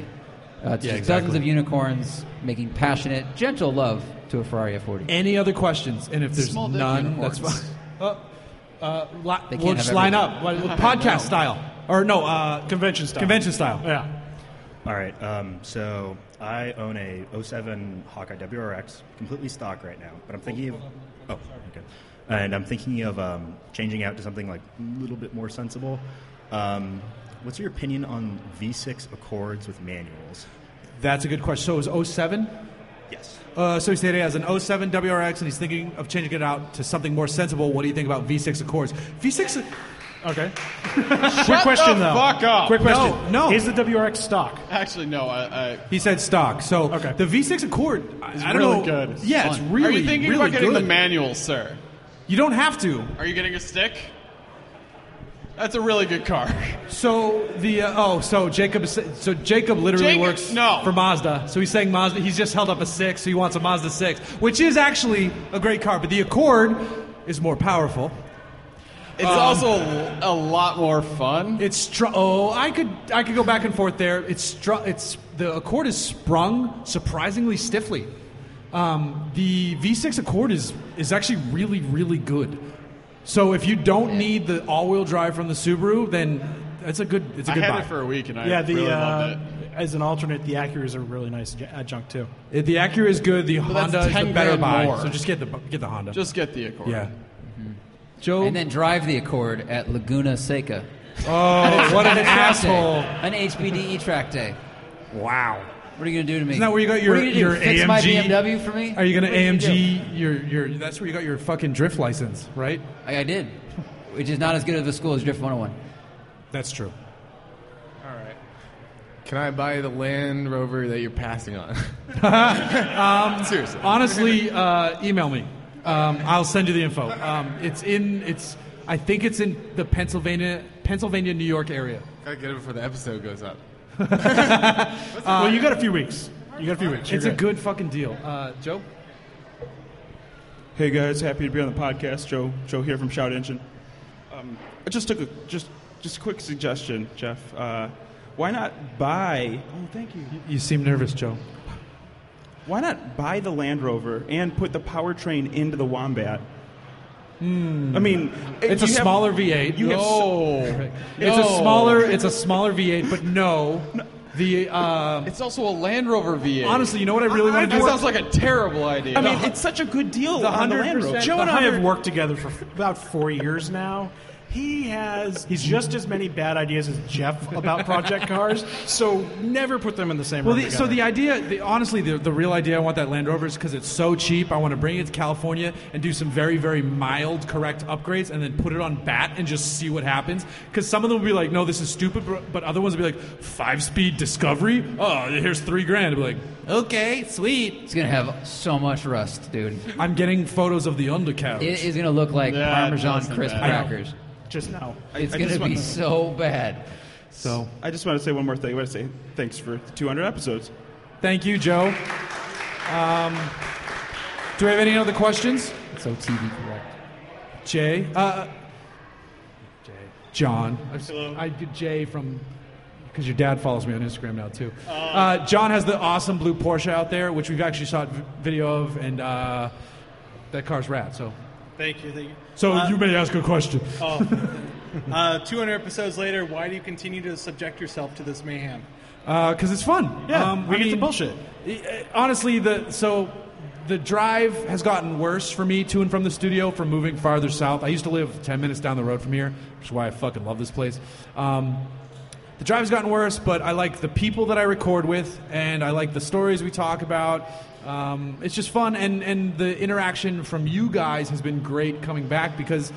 Speaker 3: it's
Speaker 1: Yeah,
Speaker 3: just
Speaker 1: exactly.
Speaker 3: dozens of unicorns making passionate, gentle love to a Ferrari at 40.
Speaker 1: Any other questions? And if there's
Speaker 7: Small dick
Speaker 1: none,
Speaker 7: unicorns.
Speaker 1: that's fine. Uh, uh, li-
Speaker 3: They can't
Speaker 1: we'll
Speaker 3: have
Speaker 1: just line
Speaker 3: everything.
Speaker 1: up, Li- podcast style, or no, uh,
Speaker 6: convention style.
Speaker 1: convention style.
Speaker 6: Yeah.
Speaker 10: All right. Um, so I own
Speaker 9: Oh,
Speaker 10: a 07 Hawkeye WRX, completely stock right now, but I'm thinking of. Oh, okay. and I'm thinking of um, changing out to something like a little bit more sensible. Um, what's your opinion on V6 Accords with manuals?
Speaker 1: That's a good question. So it was 07?
Speaker 10: Yes.
Speaker 1: Uh, so he said he has an 07 WRX and he's thinking of changing it out to something more sensible. What do you think about V6 Accords? V6.
Speaker 6: Okay.
Speaker 2: Quick question
Speaker 1: the
Speaker 2: though.
Speaker 1: fuck up.
Speaker 2: Quick question.
Speaker 1: No, no.
Speaker 2: Is the WRX stock?
Speaker 7: Actually, no. I, I,
Speaker 1: He said stock. So
Speaker 2: Okay.
Speaker 1: the V6 Accord, I,
Speaker 7: It's
Speaker 1: I don't
Speaker 7: really
Speaker 1: know.
Speaker 7: good. It's
Speaker 1: yeah,
Speaker 7: fun.
Speaker 1: it's really
Speaker 7: Are you thinking
Speaker 1: really
Speaker 7: about getting
Speaker 1: good.
Speaker 7: the manual, sir?
Speaker 1: You don't have to.
Speaker 7: Are you getting a stick? That's a really good car.
Speaker 1: So the uh, oh, so Jacob, is- so Jacob literally
Speaker 7: Jacob-
Speaker 1: works
Speaker 7: no.
Speaker 1: for Mazda. So he's saying Mazda. He's just held up a six, so he wants a Mazda six, which is actually a great car. But the Accord is more powerful.
Speaker 7: It's also a, a lot more fun.
Speaker 1: It's str- oh, I could I could go back and forth there. It's str- it's the Accord is sprung surprisingly stiffly. Um, the V6 Accord is is actually really really good. So if you don't need the all-wheel drive from the Subaru, then it's a good it's a
Speaker 7: I
Speaker 1: good
Speaker 7: had
Speaker 1: buy.
Speaker 7: it for a week and I
Speaker 6: Yeah, the
Speaker 7: really
Speaker 6: uh,
Speaker 7: loved it.
Speaker 6: as an alternate, the Acuras are really nice adj- adjunct too.
Speaker 1: Uh, The Acura is good. The
Speaker 7: that's
Speaker 1: Honda is the
Speaker 7: 10
Speaker 1: better
Speaker 7: grand
Speaker 1: buy.
Speaker 7: more.
Speaker 1: So just get the get the Honda.
Speaker 7: Just get the Accord.
Speaker 1: yeah. Joe.
Speaker 3: Mm-hmm. And then drive the Accord at Laguna Seca.
Speaker 1: oh, what an asshole!
Speaker 3: An HBDE E track day.
Speaker 1: Wow.
Speaker 3: What are you going to do to me?
Speaker 1: Isn't that where you got your
Speaker 3: what are you gonna
Speaker 1: your
Speaker 3: do? Fix my
Speaker 1: AMG?
Speaker 3: BMW for me?
Speaker 1: Are you gonna
Speaker 3: What are gonna do?
Speaker 1: AMG your your? That's where you got your fucking drift license, right?
Speaker 3: I, I did, which is not as good of a school as Drift 101.
Speaker 1: That's true.
Speaker 8: Can I buy the Land Rover that you're passing on? Seriously.
Speaker 1: Honestly, uh, email me. Um, I'll send you the info. Um, it's in it's. I think it's in the Pennsylvania Pennsylvania New York area.
Speaker 8: Gotta get it before the episode goes up.
Speaker 6: well, you got a few weeks. You got a few weeks.
Speaker 1: It's a good fucking deal. Uh, Joe.
Speaker 11: Hey guys, happy to be on the podcast. Joe, Joe here from Shout Engine. Um, I just took a just just a quick suggestion, Jeff. Uh, why not buy? Oh, thank you.
Speaker 1: You seem nervous, Joe.
Speaker 11: Why not buy the Land Rover and put the powertrain into the Wombat?
Speaker 6: Hmm.
Speaker 11: I mean,
Speaker 1: It's a
Speaker 11: you have-
Speaker 1: smaller V8.
Speaker 11: You have so-
Speaker 7: Oh.
Speaker 1: It's a
Speaker 7: No.
Speaker 1: smaller. It's a smaller V8, but no. The uh,
Speaker 7: It's also a Land Rover V8.
Speaker 1: honestly, you know what I really want to
Speaker 7: that
Speaker 1: do?
Speaker 7: sounds like a terrible idea.
Speaker 11: I mean, it's such a good deal
Speaker 1: the
Speaker 11: on the Land Rover.
Speaker 1: 100%
Speaker 6: Joe and I have worked together for f- about four years now. He has he's just as many bad ideas as Jeff about project cars. So never put them in the same
Speaker 1: Well,
Speaker 6: room.
Speaker 1: the, so
Speaker 6: together.
Speaker 1: the idea, the, honestly, the, the real idea I want that Land Rover is because it's so cheap. I want to bring it to California and do some very, very mild, correct upgrades, and then put it on bat and just see what happens. Because some of them will be like, "No, this is stupid," bro- but other ones will be like, five-speed Discovery." Oh, here's three grand. I'll be like, "Okay, sweet."
Speaker 3: It's going to have so much rust, dude.
Speaker 1: I'm getting photos of the undercarriage.
Speaker 3: It is going to look like
Speaker 7: Yeah,
Speaker 3: Parmesan
Speaker 7: nothing
Speaker 3: crisp
Speaker 7: bad.
Speaker 3: crackers.
Speaker 6: just now.
Speaker 3: It's
Speaker 11: I
Speaker 3: going
Speaker 11: just
Speaker 3: to be
Speaker 11: want-
Speaker 3: so bad.
Speaker 1: so,
Speaker 11: I just want to say one more thing. I want to say thanks for 200 episodes.
Speaker 1: thank you, Joe. Um, do we have any other questions?
Speaker 3: So TV correct.
Speaker 1: Jay. Uh, Jay. John. Hello. I get Jay from because your dad follows me on Instagram now too. Uh, John has the awesome blue Porsche out there, which we've actually shot v- video of, and uh, that car's rad. So,
Speaker 12: Thank you. Thank you.
Speaker 1: so you may ask a question.
Speaker 12: Uh, 200 episodes later, why do you continue to subject yourself to this mayhem?
Speaker 1: because Uh, it's fun. Um,
Speaker 6: Yeah, we
Speaker 1: I
Speaker 6: get to
Speaker 1: mean,
Speaker 6: bullshit.
Speaker 1: i- Honestly, the so the drive has gotten worse for me to and from the studio from moving farther south. I used to live ten minutes down the road from here, which is why I fucking love this place. Um, the drive's gotten worse, but I like the people that I record with, and I like the stories we talk about. Um, it's just fun, and, and the interaction from you guys has been great coming back because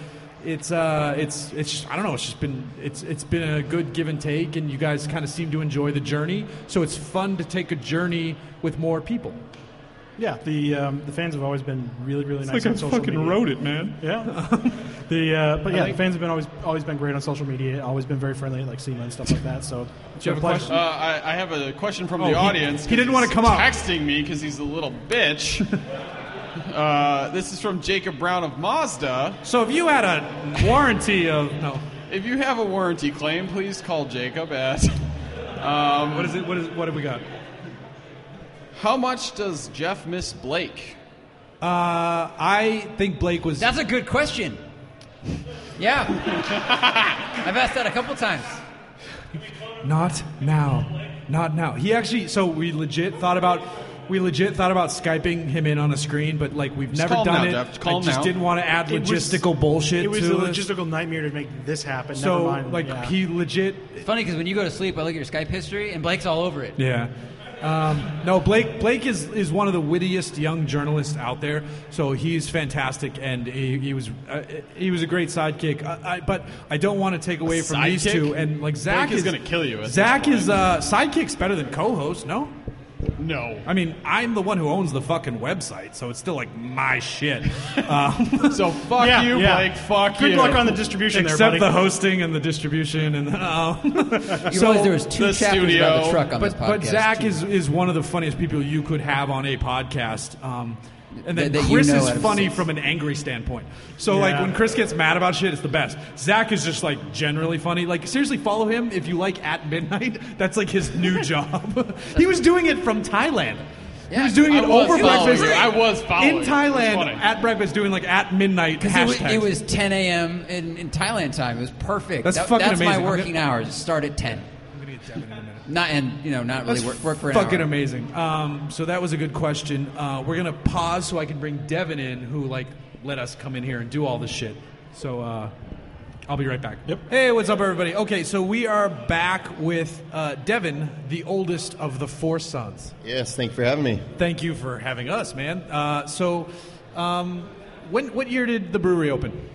Speaker 1: it's uh, it's it's just, I don't know, it's just been it's it's been a good give and take, and you guys kind of seem to enjoy the journey. So it's fun to take a journey with more people.
Speaker 6: Yeah, the um, the fans have always been really really nice
Speaker 11: Like
Speaker 6: on
Speaker 11: I
Speaker 6: social
Speaker 11: fucking
Speaker 6: media.
Speaker 11: wrote it, man.
Speaker 6: Yeah. the uh, but yeah, the fans have been always always been great on social media. Always been very friendly at like SEMA and stuff like that. So it's
Speaker 1: Do you have
Speaker 6: been
Speaker 1: a
Speaker 6: pleasure.
Speaker 7: Uh, I, I have a question from
Speaker 1: Oh,
Speaker 7: the
Speaker 1: he-
Speaker 7: audience.
Speaker 1: he
Speaker 7: 'cause
Speaker 1: didn't wanna
Speaker 7: he's
Speaker 1: come up.
Speaker 7: Texting me because he's a little bitch. uh, this is from Jacob Brown of Mazda.
Speaker 1: So if you had a warranty of no,
Speaker 7: If you have a warranty claim, please call Jacob at. Um,
Speaker 1: what is it? What is what have we got?
Speaker 7: how much does Jeff miss Blake?
Speaker 1: Uh, I think Blake was.
Speaker 3: That's a good question. Yeah. I've asked that a couple times.
Speaker 1: Not now. Not now. He actually, so we legit thought about We legit thought about skyping him in on a screen, but like we've
Speaker 7: Just
Speaker 1: never
Speaker 7: call him
Speaker 1: done
Speaker 7: now,
Speaker 1: it.
Speaker 7: Jeff. Call
Speaker 1: I
Speaker 7: him
Speaker 1: just
Speaker 7: now.
Speaker 1: didn't want to add
Speaker 7: It was-
Speaker 1: logistical bullshit.
Speaker 6: It was
Speaker 1: to
Speaker 6: a logistical nightmare to make this happen.
Speaker 1: So,
Speaker 6: Never mind.
Speaker 1: like,
Speaker 6: yeah.
Speaker 1: he legit.
Speaker 3: It's funny because when you go to sleep, I look at your Skype history, and Blake's all over it.
Speaker 1: Yeah. Um, no, Blake. Blake is, is one of the wittiest young journalists out there. So he's fantastic, and he, he was uh, he was a great sidekick. Uh, I, I, but I don't want to take away from these
Speaker 7: sidekick?
Speaker 1: two. And like Zach
Speaker 7: Blake is gonna kill you at this
Speaker 1: Zach
Speaker 7: point.
Speaker 1: is uh, sidekick's better than co-host. No. No. I mean, I'm the one who owns the fucking website, so it's still like my shit. Um, so
Speaker 7: fuck Yeah, you, yeah. Blake, fuck Good you. luck on the distribution there,
Speaker 1: Except
Speaker 7: buddy.
Speaker 1: the hosting and the distribution and the, um,
Speaker 3: You realize there was two The chapters about the studio. truck on
Speaker 1: but,
Speaker 3: this
Speaker 1: But
Speaker 3: podcast,
Speaker 1: Zach
Speaker 3: too.
Speaker 1: is is one of the funniest people you could have on a podcast. Um, and then
Speaker 3: That- that you
Speaker 1: Chris
Speaker 3: know out
Speaker 1: is
Speaker 3: of
Speaker 1: funny
Speaker 3: six.
Speaker 1: from an angry standpoint. So like
Speaker 3: Yeah.
Speaker 1: when Chris gets mad about shit, it's the best. Zach is just like generally funny. Like seriously, follow him if you like at midnight. That's like his new job. he was doing it from Thailand. he was doing
Speaker 7: I
Speaker 1: it
Speaker 7: was
Speaker 1: over
Speaker 7: following
Speaker 1: breakfast.
Speaker 7: you. I was following.
Speaker 1: in
Speaker 7: It's
Speaker 1: Thailand
Speaker 7: funny.
Speaker 1: at breakfast, doing like at midnight
Speaker 3: Because it, wa-
Speaker 1: hashtags.
Speaker 3: it was 10 a.m. In, in Thailand time. It was perfect.
Speaker 1: That's fucking
Speaker 3: That's
Speaker 1: amazing.
Speaker 3: my
Speaker 1: I'm
Speaker 3: working
Speaker 1: gonna-
Speaker 3: hours. Start at 10. I'm
Speaker 1: gonna get Devin in a minute.
Speaker 3: Not and you know not really
Speaker 1: That's
Speaker 3: work, work for an
Speaker 1: fucking
Speaker 3: hour.
Speaker 1: amazing. Um, so that was a good question. Uh, we're gonna pause so I can bring Devin in, who like let us come in here and do all this shit. So uh, I'll be right back. Yep. Hey, what's up, everybody? Okay, so we are back with uh, Devin, the oldest of the four sons.
Speaker 13: Yes, thank you for having me.
Speaker 1: Thank you for having us, man. Uh, so, um, when what year did the brewery open?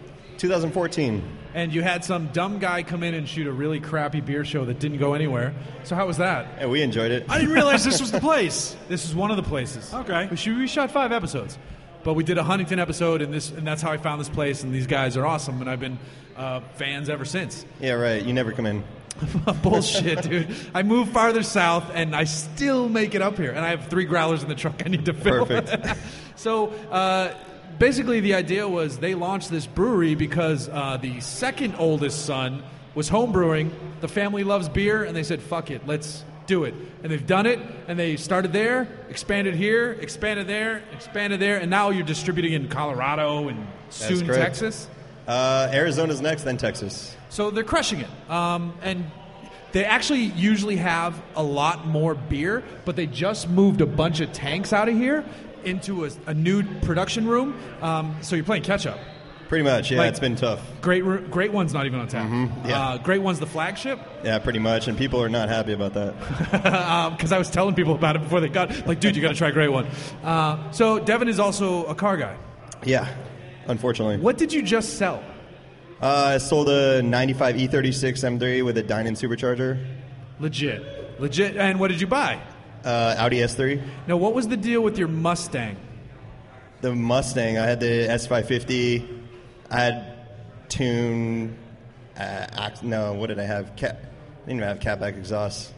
Speaker 13: 2014.
Speaker 1: And you had some dumb guy come in and shoot a really crappy beer show that didn't go anywhere. So how was that?
Speaker 13: And we enjoyed it.
Speaker 1: I didn't realize this was the place. This is one of the places. Okay. We, should, we shot five episodes, but we did a Huntington episode, and this and that's how I found this place. And these guys are awesome, and I've been uh, fans ever since.
Speaker 13: Yeah, right. You never come in.
Speaker 1: Bullshit, dude. I moved farther south, and I still make it up here. And I have three growlers in the truck. I need to fill.
Speaker 13: Perfect.
Speaker 1: so. Uh, Basically, the idea was they launched this brewery because uh, the second oldest son was home brewing. The family loves beer, and they said, "Fuck it, let's do it." And they've done it. And they started there, expanded here, expanded there, expanded there, and now you're distributing in Colorado and
Speaker 13: That's
Speaker 1: soon
Speaker 13: correct.
Speaker 1: Texas.
Speaker 13: Uh, Arizona's next, then Texas.
Speaker 1: So they're crushing it. Um, and they actually usually have a lot more beer, but they just moved a bunch of tanks out of here into a, a new production room. Um, so you're playing catch up.
Speaker 13: Pretty much. Yeah,
Speaker 1: Like-
Speaker 13: it's been tough. Mm-hmm,
Speaker 1: Great, ru- great one's not even on tap.
Speaker 13: yeah.
Speaker 1: uh, great one's the flagship.
Speaker 13: Yeah, pretty much. And people are not happy about that.
Speaker 1: because um, I was telling people about it before they got like, dude, you got to try Great One. Uh, so Devin is also a car guy.
Speaker 13: Yeah, unfortunately.
Speaker 1: What did you just sell?
Speaker 13: Uh, I sold a E 95 E36 M3 with a Dynan supercharger.
Speaker 1: Legit, legit. And what did you buy?
Speaker 13: Uh, Audi S3.
Speaker 1: Now, what was the deal with your Mustang?
Speaker 13: The Mustang. I had the S550. I had tune. Uh, ax- no, what did I have? Cat, I didn't even have catback exhaust.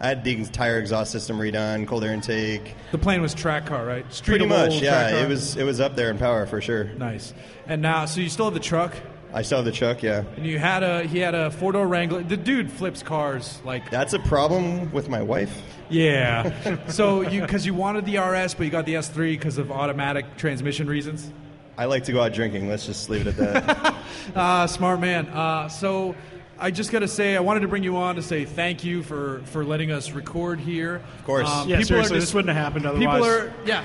Speaker 13: I had the entire exhaust system redone, cold air intake.
Speaker 1: The plane was track car, right?
Speaker 13: Pretty
Speaker 1: Streetable
Speaker 13: much,
Speaker 1: track
Speaker 13: yeah.
Speaker 1: car?
Speaker 13: It was it was up there in power for sure.
Speaker 1: Nice. And now, so you still have the truck,
Speaker 13: I still have the truck, yeah.
Speaker 1: and you had a he had a four door Wrangler. The dude flips cars like
Speaker 13: That's a problem with my wife.
Speaker 1: yeah. so you because you wanted the RS, but you got the S3 because of automatic transmission reasons.
Speaker 13: I like to go out drinking. Let's just leave it at that.
Speaker 1: Uh, smart man. Uh, so I just got to say, I wanted to bring you on to say thank you for, for letting us record here. Um, Of
Speaker 13: course.
Speaker 6: Yeah, seriously, this wouldn't have happened
Speaker 1: People are,
Speaker 6: otherwise.
Speaker 1: yeah.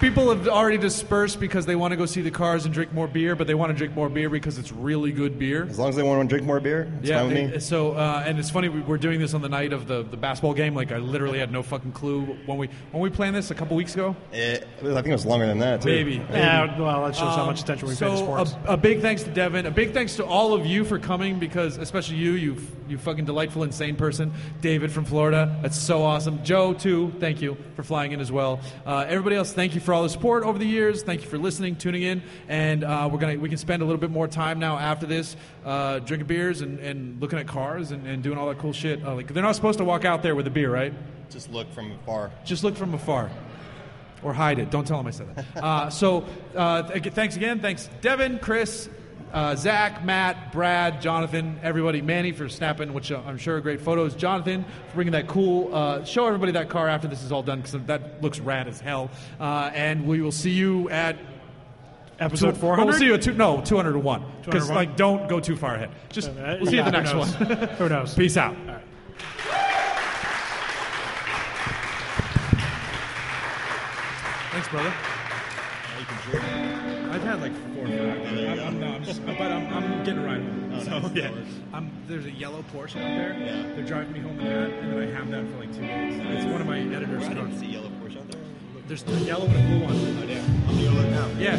Speaker 1: People have already dispersed because they want to go see the cars and drink more beer, but they want to drink more beer because it's really good beer.
Speaker 13: as long as they want to drink more beer, it's
Speaker 1: yeah.
Speaker 13: fine with me.
Speaker 1: it- so uh, and it's funny we- we're doing this on the night of the, the basketball game. Like I literally had no fucking clue when we when we planned this a couple weeks ago.
Speaker 13: Eh, I think it was longer than that, too.
Speaker 1: Maybe. Maybe. Um, so A, a big thanks to Devin. A big thanks to all of you for coming because, especially you, you, f- you fucking delightful, insane person. David from Florida, that's so awesome. Joe, too, thank you for flying in as well. Uh, everybody else, thank you for all the support over the years. Thank you for listening, tuning in, and uh, we're gonna we can spend a little bit more time now after this, uh, drinking beers and, and looking at cars and, and doing all that cool shit. Uh, like they're not supposed to walk out there with a beer, right?
Speaker 13: Just look from afar.
Speaker 1: Just look from afar. Or hide it. Don't tell him I said that. Uh, so, uh, th- thanks again. Thanks, Devin, Chris, uh, Zach, Matt, Brad, Jonathan, everybody, Manny for snapping, which uh, I'm sure are great photos. Jonathan for bringing that cool. Uh, show everybody that car after this is all done because that looks rad as hell. Uh, and we will see you at
Speaker 6: Episode
Speaker 1: two- Oh,
Speaker 6: 400?
Speaker 1: We'll see you at two, no 201 because
Speaker 6: 201?
Speaker 1: like don't go too far ahead. Just
Speaker 6: Uh,
Speaker 1: we'll see you at the
Speaker 6: yeah,
Speaker 1: next
Speaker 6: who
Speaker 1: one.
Speaker 6: knows? Who knows?
Speaker 1: Peace out.
Speaker 14: Congrats, brother.
Speaker 1: I've had like four or five. I'm, I'm, no, I'm just, but I'm, I'm getting around.
Speaker 15: Oh,
Speaker 1: so,
Speaker 15: no, of
Speaker 1: yeah.
Speaker 15: course.
Speaker 1: I'm, there's a yellow Porsche out there. Yeah. They're driving me home in that, and then I have that for like two days. It's one of my editors. I didn't see yellow Porsche out there. There's a yellow and a blue one. Oh, yeah. I'm going to look now. Yeah.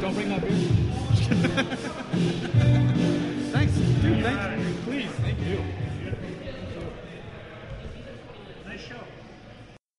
Speaker 1: Don't bring that beer.
Speaker 16: Thanks, dude. Thank you. Please, thank you.